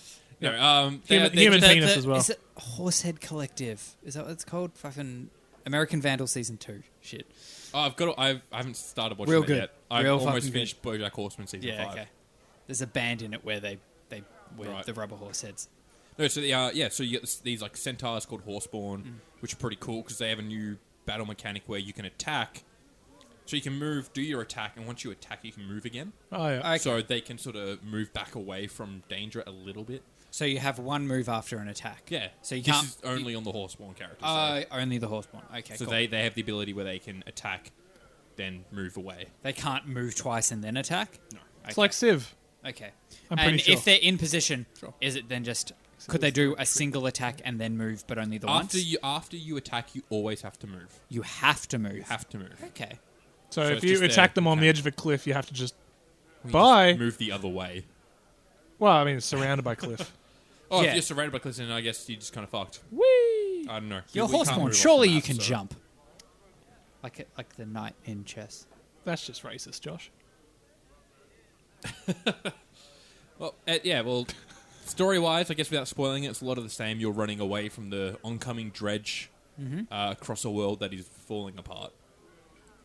No, um, they- Human- they human just- penis as well. Is it Horsehead Collective? Is that what it's called? Fucking American Vandal season two. Shit. Oh, I've got. To, I've, I haven't started watching Real that good. yet. I've Real almost fucking finished BoJack Horseman season five. There's a band in it where they they wear Right. the rubber horse heads. No, so the, uh, yeah, so you get this, these like centaurs called Horseborn, Mm. which are pretty cool because they have a new battle mechanic where you can attack. So you can move, do your attack, and once you attack, you can move again. Oh, yeah. Okay. So they can sort of move back away from danger a little bit. So you have one move after an attack. Yeah. So you this can't. is only on the Horseborn characters. Uh, only the horseborn. Okay. so cool. they, they have the ability where they can attack, then move away. They can't move twice and then attack. No. It's like Civ. Okay. I'm pretty and sure. if they're in position, is it then just could they do a single attack and then move, but only the After once? you after you attack, you always have to move. You have to move. You have to move. okay. So, So if it's you just attack there. them on the Okay. edge of a cliff, you have to just You Bye. just Move the other way. well, I mean, it's surrounded by cliff. Oh, Yeah. if you're surrounded by cliffs, then I guess you just kind of fucked. Whee! I don't know. You're We- we can't horseborn. move off Surely the you map, can so- jump. Like a, like the knight in chess. That's just racist, Josh. Well, uh, yeah. Well, story wise, I guess without spoiling it, it's a lot of the same. You're running away from the oncoming dredge Mm-hmm. uh, across a world that is falling apart.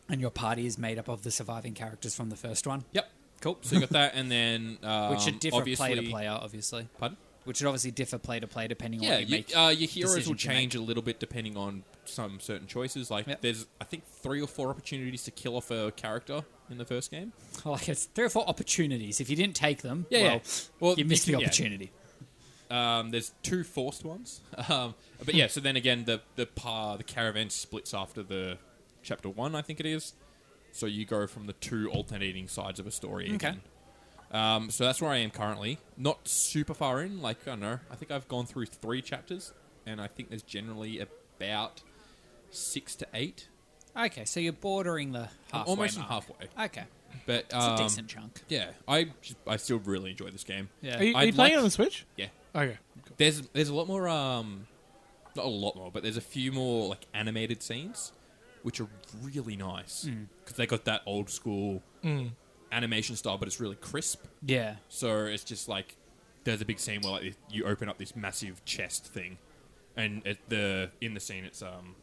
And your party is made up of the surviving characters from the first one, Yep. Cool. So you got that, and then um, which are different obviously, play to player, obviously. Pardon? Which would obviously differ play to play depending on Yeah, what you you- make. uh, your heroes will decisions you make. change a little bit depending on some certain choices. Like Yep. there's, I think, three or four opportunities to kill off a character in the first game. Like it's three or four opportunities. If you didn't take them, Yeah, well, yeah. Well, you you missed can- the yeah. opportunity. Um, there's two forced ones, um, but yeah. So then again, the the par the caravan splits after the chapter one, I think it is. So you go from the two alternating sides of a story. Again. Um, so that's where I am currently. Not super far in. Like I don't know. I think I've gone through three chapters, and I think there's generally about six to eight. Okay, so you're bordering the I'm halfway almost mark. halfway. Okay, But it's um, a decent chunk. Yeah, I I still really enjoy this game. Yeah. Are you, are you I'd playing like- it on the Switch? Yeah. Okay. There's there's a lot more um not a lot more, but there's a few more like animated scenes which are really nice Mm. because they got that old school animation style, but it's really crisp. Yeah, So it's just like there's a big scene where like you open up this massive chest thing, and at the in the scene it's um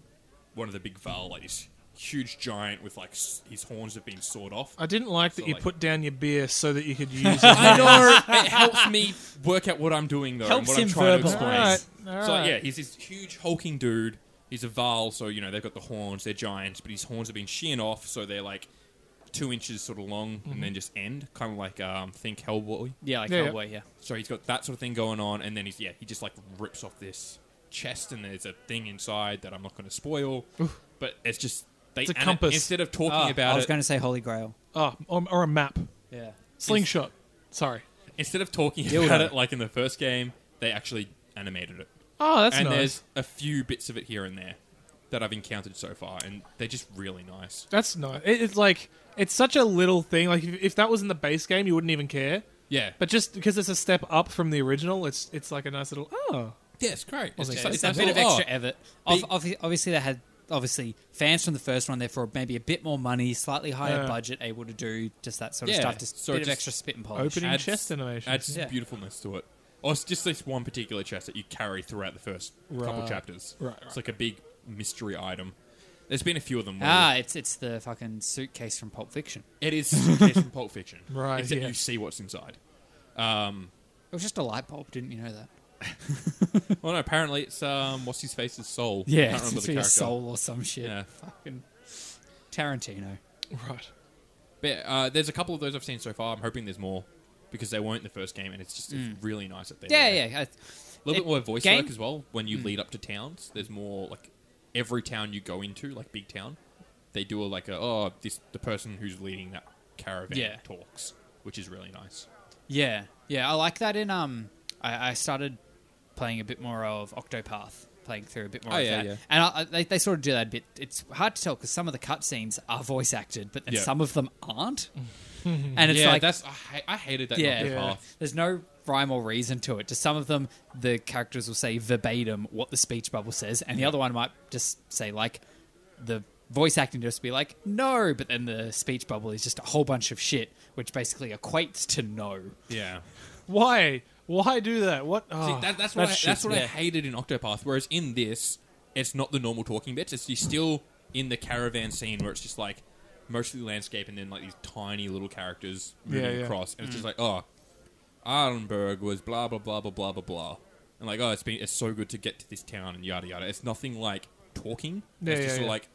one of the big Val like this huge giant with like s- his horns have been sawed off. I didn't like that So, you like- put down your beer so that you could use it. I know it helps me work out what I'm doing though, Helps and what him I'm trying to verbalise. explain. Alright, So like, alright. yeah, he's this huge hulking dude. He's a Val, so you know they've got the horns. They're giants, but his horns have been sheared off, so they're like two inches sort of long, and then just end, kind of like um, think Hellboy. yeah, like Yeah, yeah. Hellboy. Yeah, So he's got that sort of thing going on, and then he's yeah, he just like rips off this chest, and there's a thing inside that I'm not going to spoil, but it's just they It's a ana- compass. instead of talking Ah, about I was it. going to say Holy Grail. oh, or, or a map. Yeah, Slingshot. Sorry. Instead of talking Dildo. about it like in the first game, they actually animated it. Oh, that's and nice. there's a few bits of it here and there that I've encountered so far, and they're just really nice. That's nice. It, it's like it's such a little thing. Like if, if that was in the base game, you wouldn't even care. Yeah, But just because it's a step up from the original, it's it's like a nice little oh. yeah, it's great. It's, Wasn't just- it? it's it's a nice bit of little- extra oh, effort. Ob- big- obvi- obviously, they had obviously fans from the first one, therefore maybe a bit more money, slightly higher Yeah. budget, able to do just that sort of Yeah, stuff. Just a so bit of just extra spit and polish. opening- chest animation. adds Yeah. beautifulness to it. Or it's just this one particular chest that you carry throughout the first couple Right. chapters. Right, It's right. like a big mystery item. There's been a few of them. Where Ah, it's it's the fucking suitcase from Pulp Fiction. It is suitcase from Pulp Fiction. Right, Except yeah. you see what's inside. It was just a light bulb, didn't you know that? Well, no, apparently it's um, what's his face's soul. I can't it's remember the for your character. soul or some shit. Yeah. Fucking Tarantino. Right. But uh, there's a couple of those I've seen so far. I'm hoping there's more because they weren't in the first game, and it's just it's really nice that they. Mm. Yeah, yeah. I- A little It- bit more voice game- Mm. work as well when you lead up to towns. There's more like every town you go into, like big town, they do a like a oh this the person who's leading that caravan Yeah. talks, which is really nice. Yeah, yeah, I like that. In um, I, I started playing a bit more of Octopath, playing through a bit more Oh, of yeah, that, yeah. and I, I, they they sort of do that a bit. It's hard to tell because some of the cutscenes are voice acted, but then Yeah. some of them aren't, and it's yeah, like that's I, ha- I hated that. yeah, Yeah, Yeah. path. there's no rhyme or reason to it. To some of them, the characters will say verbatim what the speech bubble says, and the other one might just say like the voice acting just be like no, but then the speech bubble is just a whole bunch of shit, which basically equates to no. Yeah. Why? Why do that? What? See, Oh, that, that's what, I, that's shit's what I weird. hated in Octopath. Whereas in this, it's not the normal talking bits. It's you're still in the caravan scene where it's just like mostly landscape and then like these tiny little characters moving Yeah, yeah. Mm. across, and it's just like, oh, Arlenberg was blah blah blah blah blah blah blah, and like, oh, it's been it's so good to get to this town and yada yada. It's nothing like talking. Yeah, it's yeah, just sort of yeah. like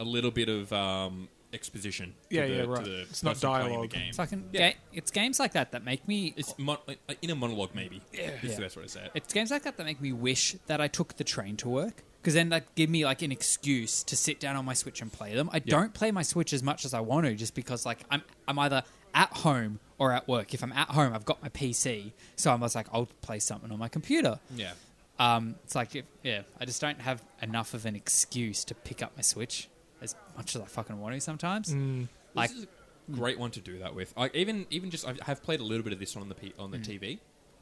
a little bit of um, exposition. to Yeah, the- yeah, to right. the It's not person playing dialogue. The game. It's like an Yeah. ga- it's games like that that make me It's mon- like, in a monologue, maybe. Yeah, is Yeah. the best way to say it. It's games like that that make me wish that I took the train to work because then that give me like an excuse to sit down on my Switch and play them. I don't play my Switch as much as I want to just because like I'm I'm either at home or at work. If I'm at home, I've got my PC, so I'm just like I'll play something on my computer. yeah. Um, it's like if, yeah, I just don't have enough of an excuse to pick up my Switch as much as I fucking want to sometimes. Like mm. this is a great one to do that with. Like even even just I have played a little bit of this on the P- on Mm. the TV,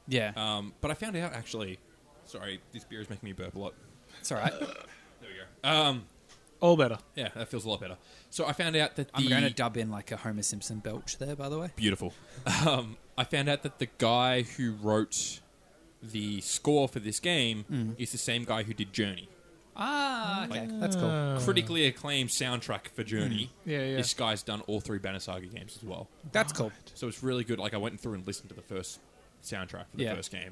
yeah, um, but I found out actually. Sorry, this beer is making me burp a lot. it's all right. There we go. Um, all better. yeah, that feels a lot better. So I found out that the I'm going to dub in like a Homer Simpson belch there, by the way. beautiful. Um, I found out that the guy who wrote the score for this game Mm. is the same guy who did Journey. Ah, okay, that's cool. Critically acclaimed soundtrack Mm. for Journey. Yeah, yeah. This guy's done all three Banner Saga games as well. That's cool. So it's really good. Like I went through and listened to the first soundtrack for the Yeah. first game.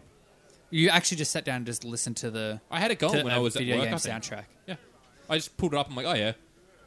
You actually just sat down and just listened to the I had a goal to when a I was at video work. game I think. soundtrack. Yeah, I just pulled it up. I'm like, oh yeah.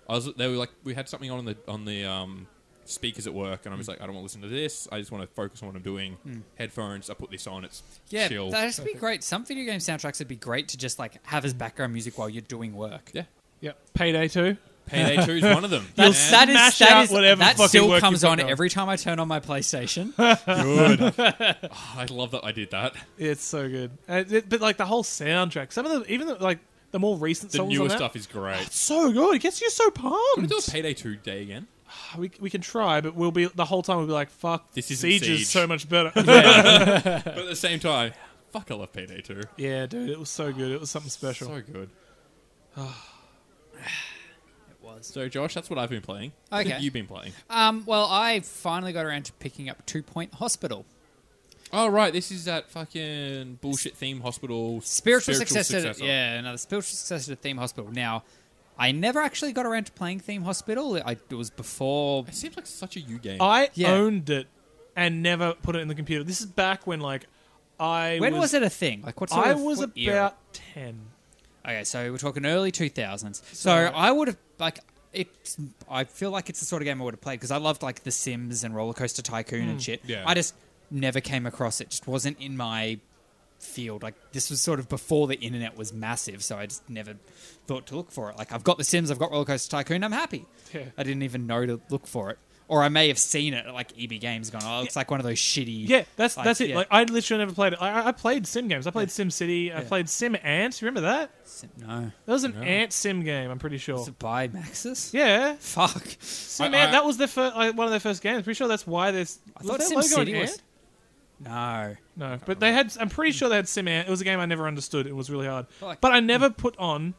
I was. They were like, we had something on in the on the um, speakers at work, Mm. and I'm just like, I don't want to listen to this. I just want to focus on what I'm doing. Headphones. I put this on. It's Yeah, chill. that'd just be great. Some video game soundtracks would be great to just like have as background music while you're doing work. yeah. Yep. Payday two. Payday Two is one of them. That's, that is, Smash that out is whatever that fucking still work comes you've on got every time I turn on my PlayStation. good. Oh, I love that I did that. It's so good. Uh, it- but like the whole soundtrack, some of the even the, like the more recent The songs newer on that, stuff is great. so good. It gets you so Can we do a pumped. Payday Two day again? We, we can try, but we'll be the whole time we'll be like, "Fuck, This this isn't is Siege, Siege. is so much better." But at the same time, fuck, I love Payday Two. yeah, dude, it was so good. It was something special. So good. it was. So Josh, that's what I've been playing. What Okay. have you been playing? Um, well, I finally got around to picking up Two Point Hospital, Oh right, this is that fucking bullshit theme hospital spiritual, successor. To, yeah, another spiritual successor to Theme Hospital. Now, I never actually got around to playing Theme Hospital. I, it was before. It seems like such a you game. I Yeah. owned it and never put it in the computer. This is back when like I When was, was, it a thing? Like what? Sort I of, was what about era? ten. Okay, so we're talking early 2000s. So Sorry. I would have like it. I feel like it's the sort of game I would have played because I loved like The Sims and Roller Coaster Tycoon Hmm. and shit. Yeah. I just never came across it. Just wasn't in my field. Like this was sort of before the internet was massive, so I just never thought to look for it. Like I've got The Sims, I've got Roller Coaster Tycoon, I'm happy. Yeah. I didn't even know to look for it. Or I may have seen it at like EB Games gone, oh, it's like one of those shitty. Yeah, that's that's it. yeah. Like I literally never played it. I, I- I played sim games. I played Sim City. I played Sim Ant. You Remember that? Sim- no. That was an ant sim game. I'm pretty sure. Was it by Maxis? Yeah, Fuck. Sim I- Ant. I- that was their fir- like, one of their first games. Pretty sure that's why this. I was thought their Sim logo an City was. ant? No. No, but they had. I'm pretty sure they had Sim Ant. It was a game I never understood. It was really hard. But, like- But I never put on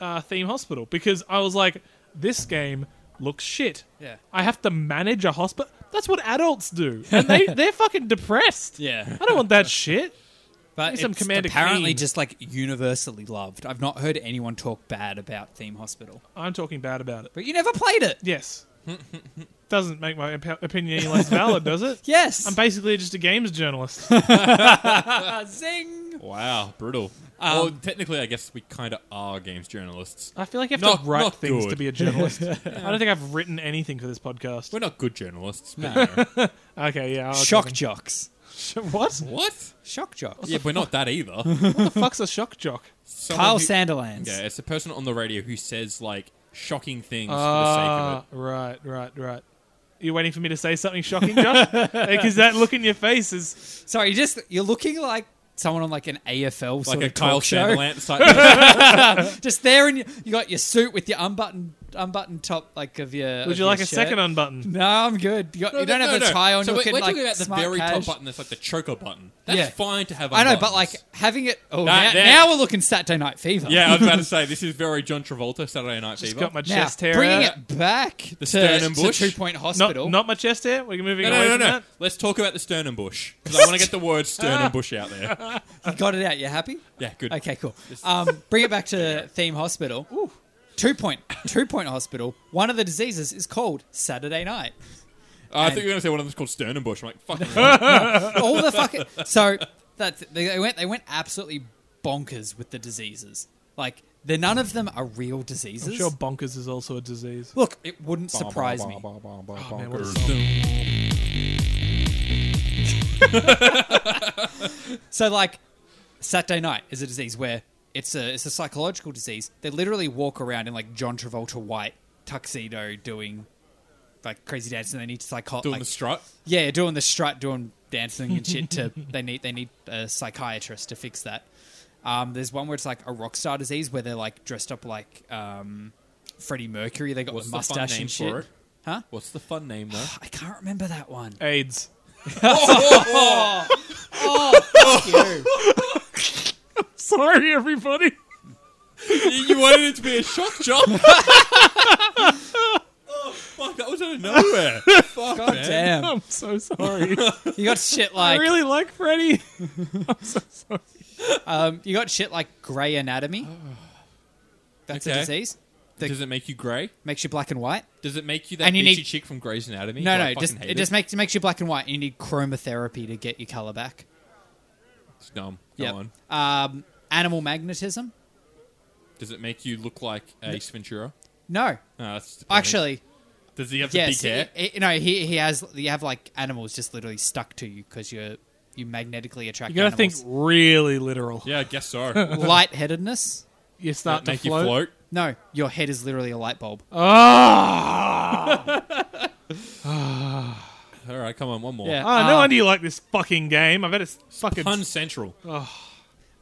uh, Theme Hospital because I was like, this game looks shit. Yeah. I have to manage a hospital. That's what adults do, and they they're fucking depressed. Yeah. I don't want that shit. But Maybe some it's Commander apparently Keen. just like universally loved. I've not heard anyone talk bad about Theme Hospital. I'm talking bad about it. But you never played it. Yes. Doesn't make my op- opinion any less valid, does it? Yes. I'm basically just a games journalist. uh, Oh, zing. Wow, brutal. Um, well, technically, I guess we kind of are games journalists. I feel like you have Not- to write not things good. to be a journalist. I don't think I've written anything for this podcast. We're not good journalists. but, you know. Okay, yeah. I'll Shock jocks. jock. What? what? Shock jocks. Yeah, we're not that either. What the fuck's a shock jock? Someone Kyle who- Sanderlands. Yeah, it's the person on the radio who says like shocking things Ah, right, right, right. You waiting for me to say something shocking, Josh? Because that look in your face is Sorry, you just you're looking like someone on like an for AFL the sake of it, like sort a of Kyle talk show. Sanderlands. Type. Just there, and you, you got your suit with your unbuttoned unbutton top like of your. Would of you your like a shirt? second unbutton? No, I'm good. You, got- you don't no, have no, a no. tie on. So you're we're, looking we're talking like about the smart very cash. top button. That's like the choker button. That's Yeah. fine to have. On I know, but buttons. like having it. Oh, That- now, that- now we're looking Saturday Night Fever. yeah, I was about to say this is very John Travolta Saturday Night Just Fever. got my Now, chest hair bringing out. it back to, sternum to bush. Two Point Not, Hospital. not my chest hair. We're moving no, no, away no, from no. that. Let's talk about the sternum bush because I want to get the word sternum bush out there. You got it out. You happy? Yeah, good. Uh, Okay, cool. Um, bring it back to Theme Hospital. Two Point. Two Point Hospital. One of the diseases is called Saturday Night. Uh, I And- thought you were going to say one of them's called sternum bush. I'm like, fucking. All the fucking. So that's they they went. They went absolutely bonkers with the diseases. Like they're none of them are real diseases. I'm sure bonkers is also a disease. Look, it wouldn't surprise me. Oh, man, what a So like Saturday night is a disease where it's a it's a psychological disease. They literally walk around in like John Travolta white tuxedo doing like crazy dance and they need psycho Doing like, the strut. yeah, doing the strut, doing dancing and shit to they need they need a psychiatrist to fix that. Um, there's one where it's like a rock star disease where they're like dressed up like um, Freddie Mercury. They got What's the the fun mustache name and shit. for it? Huh? What's the fun name though? I can't remember that one. AIDS. Oh, Sorry, everybody. you, you wanted it to be a shock job. oh fuck! That was out of nowhere. fuck, God man. damn. I'm so sorry. You got shit I like really like Freddy. I'm so sorry. um, you got shit like grey anatomy. That's a Okay. disease. The- Does it make you grey? Makes you black and white. Does it make you that And you bitchy need- chick from Grey's Anatomy? No, who I no, fucking just, hated? it just makes makes you black and white. and You need chromotherapy to get your color back. It's dumb. Go Yeah. on. Um, animal magnetism. Does it make you look like Ace Ventura? No, No, that's just funny. actually, does he have the yes. big hair? he- he- no, he he has. You have like animals just literally stuck to you because you're you magnetically attract. You gotta think animals. really literal. Yeah, I guess so. Does lightheadedness. You that start to make float. you float? No, your head is literally a light bulb. Ah! All right, come on, one more. Yeah. Ah, no Uh, wonder you like this fucking game. I bet it's fucking. Pun central.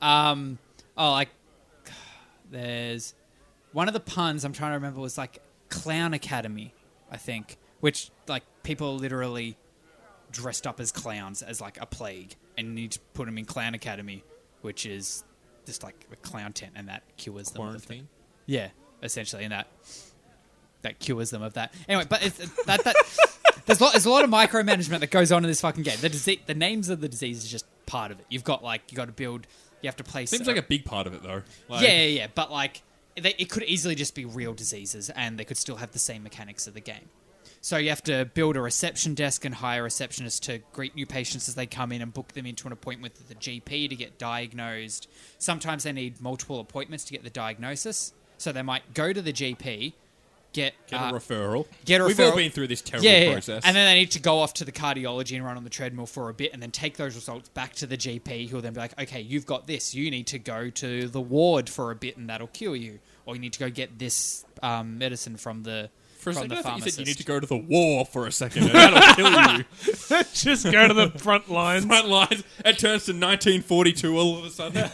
Um, oh, like there's one of the puns I'm trying to remember was like Clown Academy, I think, which like people literally dressed up as clowns as like a plague, and you need to put them in Clown Academy, which is just like a clown tent, and that cures them. Of the, Quarantine. yeah, essentially, and that that cures them of that. Anyway, but it's uh, that that. There's a, lot, there's a lot of micromanagement that goes on in this fucking game. The disease, the names of the disease is just part of it. You've got like you got to build, you have to place. Seems like a big part of it though. Like, yeah, yeah, yeah. But like, they, it could easily just be real diseases, and they could still have the same mechanics of the game. So you have to build a reception desk and hire receptionists to greet new patients as they come in and book them into an appointment with the GP to get diagnosed. Sometimes they need multiple appointments to get the diagnosis, so they might go to the GP, get Get uh, a referral. get a We've referral. all been through this terrible process. and then they need to go off to the cardiology and run on the treadmill for a bit and then take those results back to the GP who'll then be like, okay, you've got this. You need to go to the ward for a bit and that'll cure you. Or you need to go get this um, medicine from the, for a from second, the I thought you pharmacist. said you need to go to the war for a second, and that'll kill you. Just go to the front lines. Front lines. It turns to 1942 all of a sudden.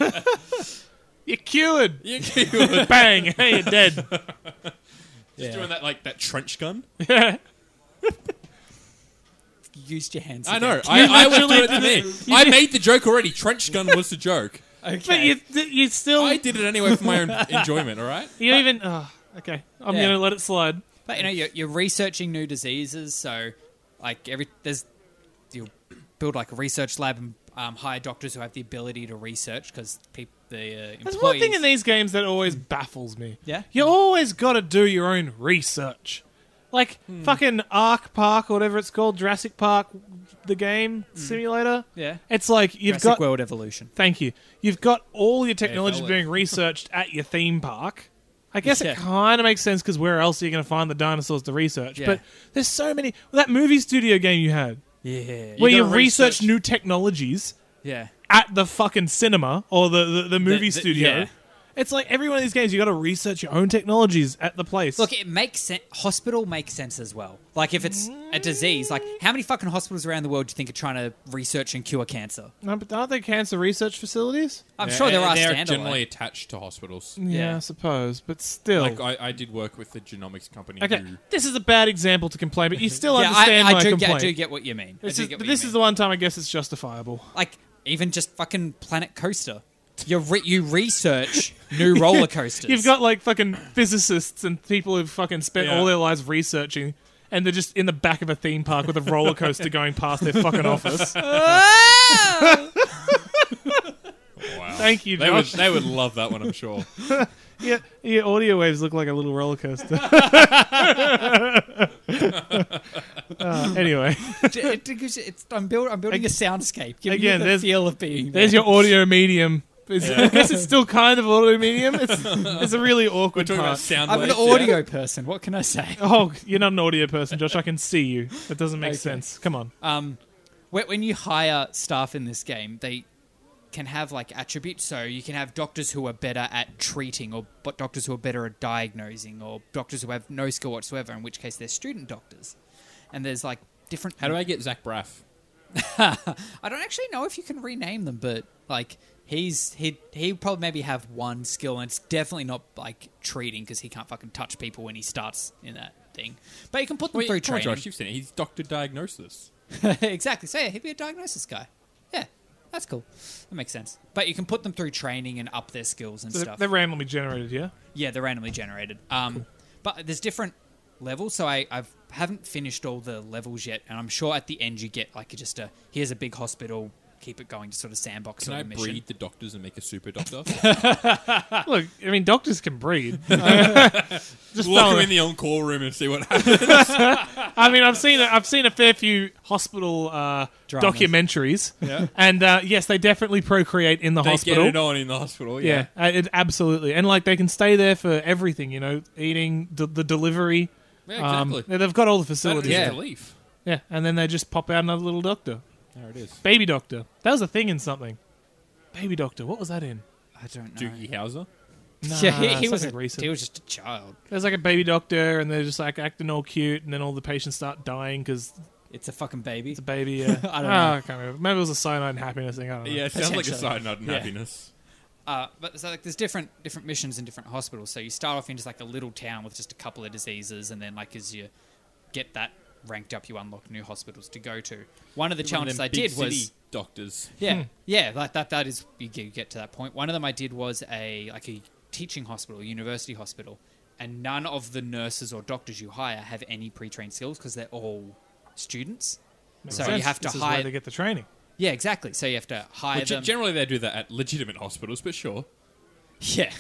You're cured. You're just Bang. Hey, you're dead. doing that like that trench gun. You used your hands. I again. know. I, I was doing it to me. I made the joke already. Trench gun was the joke. But Okay. you, you still. I did it anyway for my own enjoyment. All right. You even. Oh, okay. I'm Yeah. gonna let it slide. But you know, you're, you're researching new diseases, so like every there's you build like a research lab and um, hire doctors who have the ability to research because people the uh, employees. There's one thing in these games that always baffles me. Yeah? You always got to do your own research. Like Hmm. fucking Ark Park or whatever it's called, Jurassic Park, the game simulator. Hmm. Yeah. It's like you've Jurassic got. World Evolution. Thank you. You've got all your technology AFL. being researched at your theme park. I guess Yeah. it kind of makes sense because where else are you going to find the dinosaurs to research? Yeah. But there's so many. That movie studio game you had, Yeah. where you gotta research, research- new technologies Yeah. at the fucking cinema or the, the, the movie the- studio. yeah. It's like every one of these games, you got to research your own technologies at the place. Look, it makes sense. Hospital makes sense as well. Like if it's a disease, like how many fucking hospitals around the world do you think are trying to research and cure cancer? No, but aren't there cancer research facilities? I'm sure there are They're standalone. generally attached to hospitals. Yeah, I suppose, but still. Like I, I did work with the genomics company. Oh. okay, Who, this is a bad example to complain, but you still yeah, I, understand I my do get, complaint. I do get what you mean. I It's do just- get but what this you is the mean. one time I guess it's justifiable. like even just fucking Planet Coaster. You re- you research new roller coasters. You've got like fucking physicists and people who've fucking spent Yeah. all their lives researching, and they're just in the back of a theme park with a roller coaster going past their fucking office. wow. Thank you, They would, Josh. they would love that one, I'm sure. Yeah, your audio waves look like a little roller coaster. Uh, anyway, It- it- it's, it's- I'm, build, I'm building a soundscape. Giving Again, you the there's- feel of being there. there's your audio medium. It's, I guess it's still kind of audio medium. It's, it's a really awkward Talking about part. sound I'm an waves, audio person. What can I say? Oh, you're not an audio person, Josh. I can see you. That doesn't make Okay. sense. Come on. Um, when when you hire staff in this game, they can have like attributes. So you can have doctors who are better at treating, or but doctors who are better at diagnosing, or doctors who have no skill whatsoever. In which case, they're student doctors. And there's like different. How do I get Zach Braff? I don't actually know if you can rename them, but like he's he he probably maybe have one skill, and it's definitely not like treating because he can't fucking touch people when he starts in that thing. But you can put them Wait, through come on, training. Josh, you've seen it. He's Doctor Diagnosis. exactly. So yeah, he'd be a diagnosis guy. Yeah, that's cool. That makes sense. But you can put them through training and up their skills and So stuff. they're randomly generated, yeah? Yeah, they're randomly generated. Um, But there's different levels, so I I've, haven't finished all the levels yet, and I'm sure at the end you get like just a here's a big hospital, keep it going, just sort of sandbox Can sort I of mission. breed the doctors and make a super doctor? Look, I mean, doctors can breed. Just Lock throwing him in the on-call room and see what happens. I mean, I've seen I've seen a fair few hospital uh, Dramas. documentaries, Yeah. and uh, yes, they definitely procreate in the They hospital. get it on in the hospital. yeah, Yeah. uh, it, absolutely, and like they can stay there for everything, you know, eating, d- the delivery. Yeah, um, exactly. they- they've got all the That is facilities. yeah. there. relief. yeah, and then they just pop out another little doctor, There it is. baby doctor. That was a thing in something. Baby doctor, what was that in? I don't know. Doogie Howser. Nah, yeah, he, he it's was a, something recent. he was just a child. There's like a baby doctor, and they're just like acting all cute, and then all the patients start dying because It's a fucking baby. It's a baby. Yeah. I don't Ah, know. I can't remember. Maybe it was a cyanide and happiness thing. I don't know. Yeah, it sounds like a Potentially. side note in Yeah. happiness. Uh, but so like there's different different missions in different hospitals. So you start off in just like a little town with just a couple of diseases, and then like as you get that ranked up, you unlock new hospitals to go to. One of One the of challenges them I big did city was doctors. yeah, Hmm. yeah, like that. That is you get, you get to that point. One of them I did was a like a teaching hospital, a university hospital, and none of the nurses or doctors you hire have any pre-trained skills because they're all students. Makes so you sense. have to this Is hire. where they get the training. yeah, exactly. So you have to hire Which them. generally they do that at legitimate hospitals, but sure. Yeah,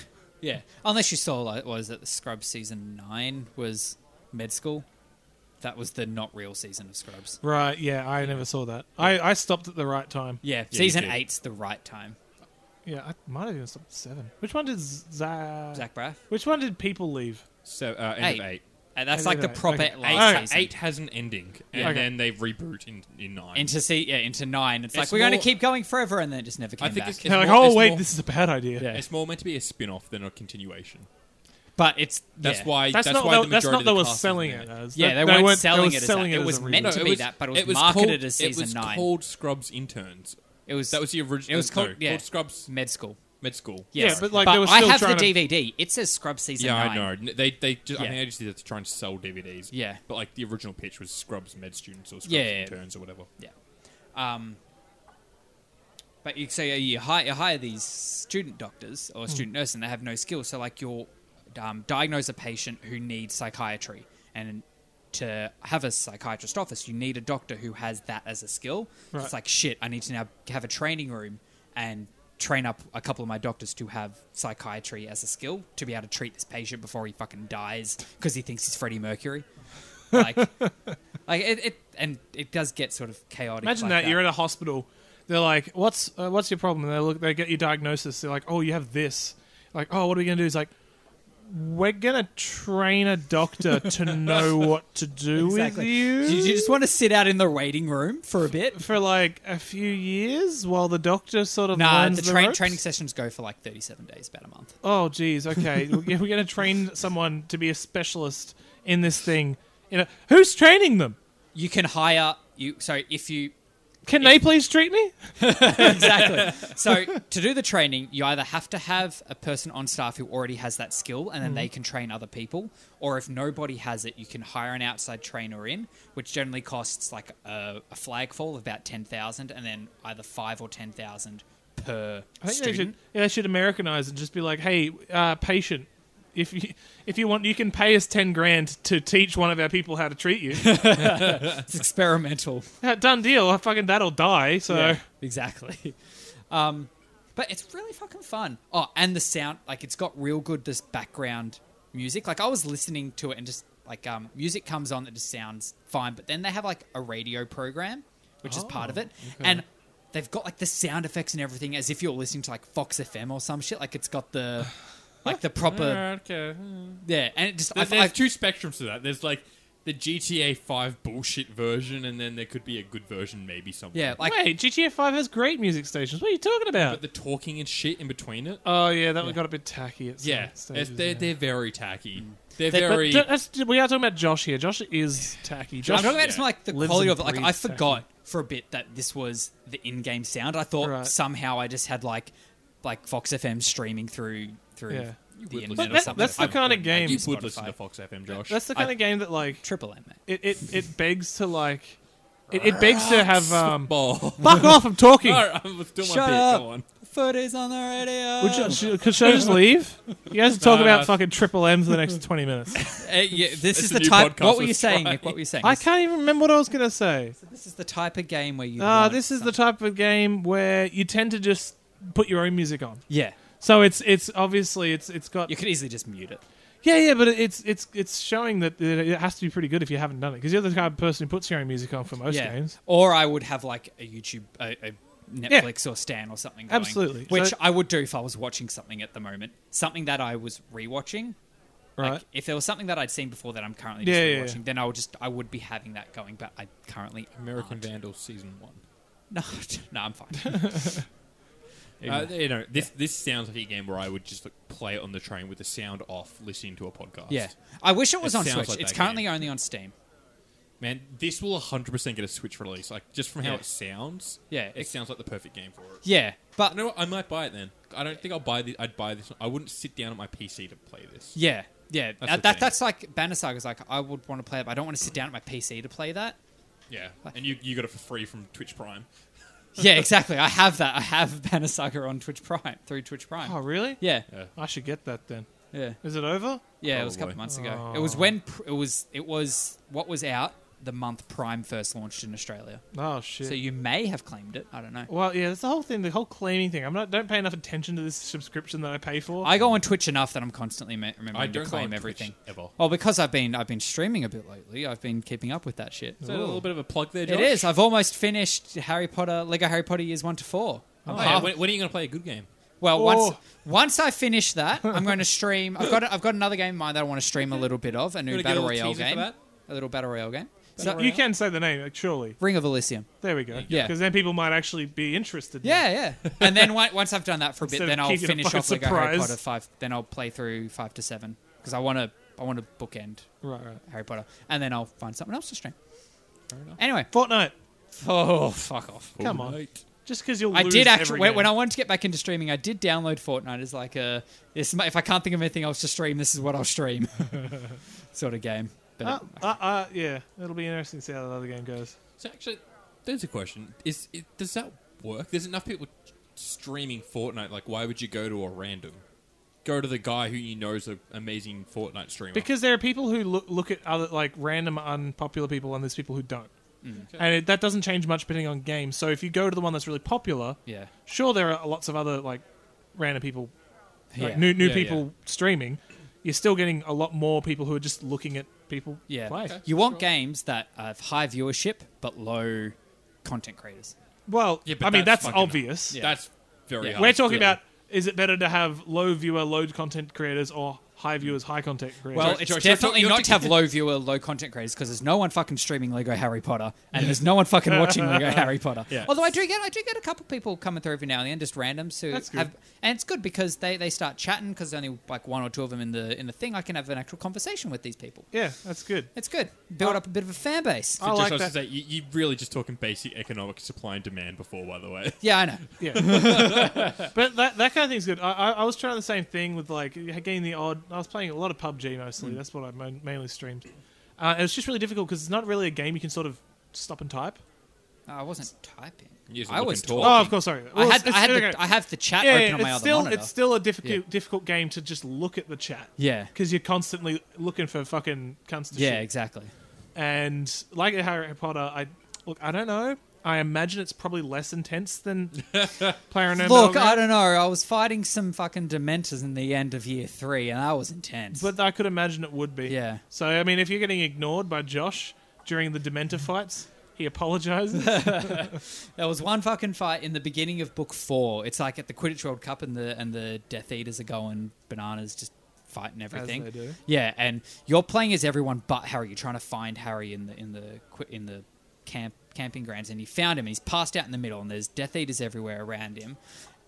yeah. Unless you saw like was it the Scrubs season nine was med school. That was the not real season of Scrubs. Right. Yeah. I never saw that. I, I stopped at the right time. Yeah, you season did. eight's the right time. Yeah. I might have even stopped at seven. Which one did Zach? Zach Braff. Which one did people leave? So uh, end of Eight. eight. And that's Is like it the eight? proper Okay. last Alright, season. Eight has an ending, and Okay. then they reboot in, in nine. into se- yeah into nine. It's, It's like we're going more- to keep going forever, and then it just never came I think back. it's, it's They're like, more- oh it's wait, more- this is a bad idea. Yeah. It's more meant to be a spin-off than a continuation. but it's That's yeah. why. That's, not. why the- the that's majority not. of They the were cast is selling there. it as. Yeah, That- they weren't weren't. selling were it as that. selling It as was a meant reboot. to be that, but it was marketed as season it was nine. Called Scrubs Interns. It was That was the original. It was called, no, yeah, Scrubs med school. Med School. Yes. Yeah, but, like, they were still I have the trying to- DVD. It says Scrubs season Yeah, nine. I know. N- They they just, I Yeah. think they just did that to try and sell DVDs. Yeah. but like the original pitch was Scrubs Med students or Scrubs Yeah, yeah, yeah. interns or whatever. Yeah. Um, but you so you hire, you hire these student doctors Hmm. or student nurses, and they have no skills. So like you'll um, diagnose a patient who needs psychiatry, and to have a psychiatrist office, you need a doctor who has that as a skill. So Right. It's like shit. I need to now have a training room and train up a couple of my doctors to have psychiatry as a skill to be able to treat this patient before he fucking dies because he thinks he's Freddie Mercury. Like, like it, it, and it does get sort of chaotic. Imagine like that, you're in a hospital. They're like, "What's uh, what's your problem?" And they look, they get your diagnosis. They're like, "Oh, you have this." Like, "Oh, what are we gonna do?" He's like, we're gonna train a doctor to know what to do Exactly. with Do you. you just want to sit out in the waiting room for a bit? for like a few years while the doctor sort of Nah, learns the, the, train, ropes? training sessions go for like 37 days, about a month. Oh, geez. Okay, we're g- we're gonna train someone to be a specialist in this thing. You know, who's training them? You can hire you. So if you Can they please treat me? exactly. So to do the training, you either have to have a person on staff who already has that skill, and then they Mm-hmm. can train other people, or if nobody has it, you can hire an outside trainer in, which generally costs like a, a flagfall of about ten thousand, and then either five or ten thousand per I think they should, student. yeah, they should Americanize and just be like, "Hey, uh, patient, if you if you want, you can pay us ten grand to teach one of our people how to treat you." It's experimental. Uh, Done deal. I fucking that'll die. So Yeah, exactly. Um, but it's really fucking fun. Oh, and the sound, like it's got real good this background music. Like I was listening to it and just like um, music comes on that just sounds fine. But then they have like a radio program, which is part of Oh, it, and they've got like the sound effects and everything as if you're listening to like Fox FM or some shit. Like it's got the like the proper Yeah, okay. yeah, and it just There- I've, There's I've, two spectrums to that. There's like the GTA 5 bullshit version, and then there could be a good version maybe somewhere. yeah like Wait, GTA Five has great music stations. What are you talking But about? the talking and shit in between it. oh yeah, that one got a bit tacky. At some yeah, stages, it's- they're, yeah. they're very tacky. They're But very. th- that's, we are talking about Josh here. Josh is tacky. Josh, I'm talking about yeah, just like the lives quality and of it. Like I breathes techno. forgot for a bit that this was the in-game sound. I thought Right. somehow I just had like like Fox FM streaming through through Yeah. the would listen internet or to something. that's the I- kind of you game. would Spotify. listen to Fox FM, Josh. That's the kind I- of game that like triple M. Mate. it, it, it begs to like it, it begs to have um. ball. Fuck off! I'm talking. Alright, I was doing my Shut bit. up. Go on. Foot is on the radio. Would you, should, could- should I just leave? You guys talk No, about no. fucking Triple M for the next 20 minutes. Uh, yeah, this is a the new type. podcast What were we're you saying, trying. Nick? What were you saying? I This- can't even remember what I was going to say. This is the type of game where you. Uh, want this is the something- type of game where you tend to just put your own music on. Yeah, So it's it's obviously it's it's got you could easily just mute it. yeah yeah, but it's it's it's showing that that it has to be pretty good if you haven't done it because you're the kind of person who puts your own music on for most yeah. games. Or I would have like a YouTube, a, a Netflix or Stan or something. Going, Absolutely. Which So- I would do if I was watching something at the moment, something that I was rewatching. Right? Like if there was something that I'd seen before that I'm currently just Yeah, yeah, rewatching, yeah. then I would just I would be having that going. But I currently American aren't. Vandal season one. No, no, I'm fine. Uh, you know, this this sounds like a game where I would just like, play it on the train with the sound off, listening to a podcast. yeah, I wish it was It on sounds Switch. like it's that currently game. only on Steam. man, this will 100% get a Switch release. Like just from how Yeah. it sounds. Yeah, it, it- sounds like the perfect game for it. Yeah, but I know what, I might buy it then. I don't think I'll buy the. I'd buy this. one. I wouldn't sit down at my PC to play this. yeah, yeah, That's that, the that- thing. that's like Banner Saga's. Like I would want to play it, but I don't want to sit down at my PC to play that. Yeah, and you you got it for free from Twitch Prime. Yeah, exactly. I have that. I have Banner Saga on Twitch Prime through Twitch Prime. Oh really? Yeah, Yeah. I should get that then. yeah. Is it over? Yeah, it was a couple Probably. months ago. It Oh. was when pr- it was it was what was out the month Prime first launched in Australia. Oh shit. So you may have claimed it. I don't know. well, yeah, that's the whole thing, the whole claiming thing. I'm not don't pay enough attention to this subscription that I pay for. I go on Twitch enough that I'm constantly me- remembering I to don't claim claim everything. ever. Well, because I've been I've been streaming a bit lately. I've been keeping up with that shit. Is that a little bit of a plug there, Josh? It is. I've almost finished Harry Potter Lego Harry Potter years one to four. I'm Oh, half- yeah. when, when are you going to play a good game? Well, once Oh. once I finish that, I'm going to stream. I've got I've got another game in mind that I want to stream a little bit of a new Gonna get a battle little royale teaser for game, that? a little battle royale game. So, you can say the name, like, surely. Ring of Elysium. There we go. Yeah. Because then people might actually be interested. now. Yeah, yeah. And then on- once I've done that for a bit, Instead of then I'll keeping a finish fucking off Lego Harry surprise. Potter five. Then I'll play through five to seven because I want to. I want to bookend Right, right. Harry Potter, and then I'll find something else to stream. Fair enough. Anyway, Fortnite. oh fuck off! Come on. Fortnite. Just because you'll I lose did every actually when, game. when I wanted to get back into streaming, I did download Fortnite as like a this. is my- If I can't think of anything else to stream, this is what I'll stream, sort of game. But Uh, uh, uh, yeah, it'll be interesting to see how the other game goes. So actually, there's a question: Is it, does that work? There's enough people streaming Fortnite. Like, why would you go to a random? Go to the guy who you know is an amazing Fortnite streamer. Because there are people who look, look at other like random unpopular people, and there's people who don't, and it, that doesn't change much depending on games. So if you go to the one that's really popular, yeah, sure there are lots of other like random people, like, Yeah. new new Yeah, people streaming. You're still getting a lot more people who are just looking at people yeah. play. You want games that have high viewership but low content creators. Well, Yeah, but I mean that's, fucking- obvious. That's very. Yeah. hard. We're talking Yeah. about is it better to have low viewer, low content creators or high viewers, high content creators. Well, Josh, it's you have to- definitely you have to not to have low viewer, low content creators because there's no one fucking streaming Lego Harry Potter and there's no one fucking watching Lego Harry Potter. Yeah. Although I do get I do get a couple people coming through every now and then, just randoms who That's good. have, and it's good because they, they start chatting because only like one or two of them in the in the thing. I can have an actual conversation with these people. yeah, that's good. It's good. Uh, Build up a bit of a fan base. I like Josh, I that. was gonna say, you, you really just talking basic economic supply and demand before, by the way. yeah, I know. Yeah, but that that kind of thing's good. I, I, I was trying the same thing with like getting the odd. I was playing a lot of PUBG mostly. That's what I mo- mainly streamed. Uh, it was just really difficult because it's not really a game you can sort of stop and type. No, Oh, I wasn't typing. You just I look was and talking. talk. Oh, of course, sorry. I Well, had it's- I had it's- the, okay. I have the chat yeah, open on my it's other still monitor. it's still a difficult Yeah. difficult game to just look at the chat. Yeah. because you're constantly looking for fucking cunts to yeah, shit. exactly. and like Harry Potter, I look. I don't know. I imagine it's probably less intense than player no Look, I don't know. I was fighting some fucking dementors in the end of year three, and I was intense. but I could imagine it would be. Yeah. So I mean, if you're getting ignored by Josh during the Dementor fights, he apologizes. There was one fucking fight in the beginning of book four. It's like at the Quidditch World Cup, and the and the Death Eaters are going bananas, just fighting everything. they do. Yeah, and you're playing as everyone but Harry. You're trying to find Harry in the in the qui- in the camp camping grounds, and you found him, and he's passed out in the middle, and there's Death Eaters everywhere around him,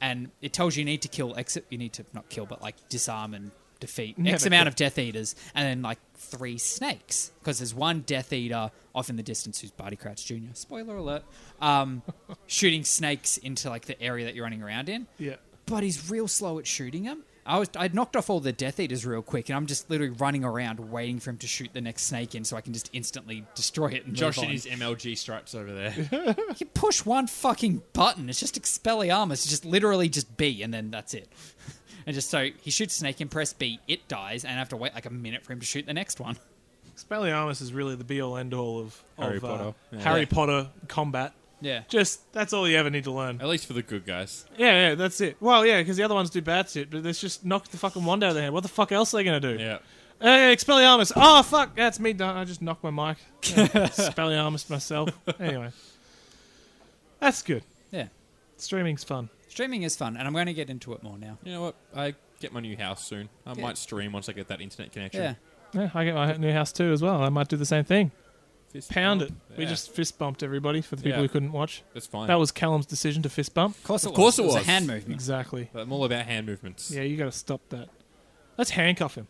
and it tells you you need to kill X. You need to not kill, but like disarm and defeat X Never amount kill. of Death Eaters, and then like three snakes because there's one Death Eater off in the distance who's Barty Crouch Jr. Spoiler alert. Um, shooting snakes into like the area that you're running around in, yeah. but he's real slow at shooting them. I was I'd knocked off all the Death Eaters real quick, and I'm just literally running around waiting for him to shoot the next snake in, so I can just instantly destroy Oh, it. And Josh move in on. his MLG stripes over there. you push one fucking button. It's just Expelliarmus. It's just literally just B, and then that's it. And just so he shoots snake and press B, it dies, and I have to wait like a minute for him to shoot the next one. Expelliarmus is really the be all end all of Harry of, uh, Potter. Yeah. Harry Yeah. Potter combat. Yeah. Just that's all you ever need to learn. At least for the good guys. Yeah, yeah, that's it. Well, yeah, because the other ones do bad shit, but let's just knock the fucking wand out of their hand. What the fuck else are they gonna do? Yeah. Hey, Expelliarmus. Oh, fuck. That's me. done. I just knocked my mic. Yeah, Expelliarmus myself. Anyway. That's good. Yeah. Streaming's fun. Streaming is fun, and I'm going to get into it more now. You know what? I get my new house soon. I Yeah. might stream once I get that internet connection. Yeah. Yeah, I get my new house too as well. I might do the same thing. Fist Pound it. bump. We Yeah. just fist bumped everybody for the people Yeah. who couldn't watch. That's fine. That was Callum's decision to fist bump. Of course it Of course was. it was. was. a hand movement. Exactly. But I'm all about hand movements. Yeah, you got to stop that. Let's handcuff him.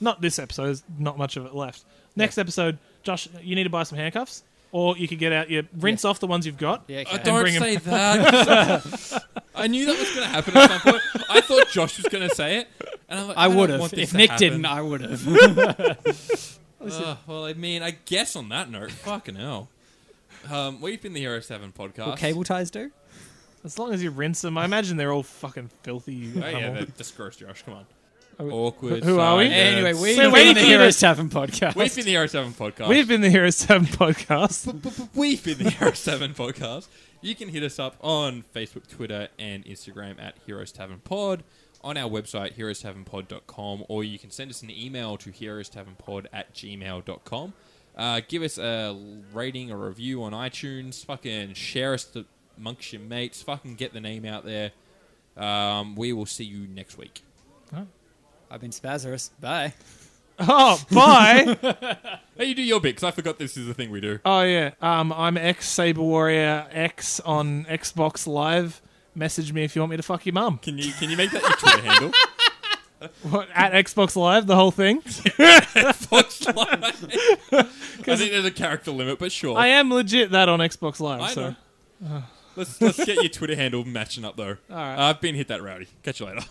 not this episode. There's not much of it left. Next episode, Josh, you need to buy some handcuffs, or you could get out your rinse off the ones you've got. Yeah, I okay. don't bring him- say that. I knew that was going to happen at some point. I thought Josh was going to say it, and I'm like, I don't would have. want this If to Nick happen. didn't, I would have. Uh, well, I mean, I guess on that note, fucking hell. Um, we've been the Hero Seven podcast. Will cable ties do? As long as you rinse them, I imagine they're all fucking filthy. You Oh, yeah, animal. that, that's gross, Josh. Come on. Are we- Awkward. who are we? silence. Anyway, we've So been wait the for Heroes Tavern podcast. we've been the Hero Seven podcast. We've been the Hero 7 podcast. We've been the Hero 7 podcast. You can hit us up on Facebook, Twitter, and Instagram at Heroes Tavern Pod, on our website, heroestavernpod.com, or you can send us an email to heroestavernpod at gmail.com. Uh, give us a rating or review on iTunes. Fucking share us to, amongst your mates. Fucking get the name out there. Um, we will see you next week. I've been Spazarus. Bye. Oh, bye. Hey, you do your bit, because I forgot this is the thing we do. oh, yeah. Um, I'm X Saber Warrior X on Xbox Live. Message me if you want me to fuck your mum. Can you can you make that your Twitter handle? What, at Xbox Live, the whole thing. Fox Live. I think there's a character limit, but sure. I am legit that on Xbox Live. I so. know. Let's let's get your Twitter handle matching up though. right. I've been hit that rowdy. Catch you later.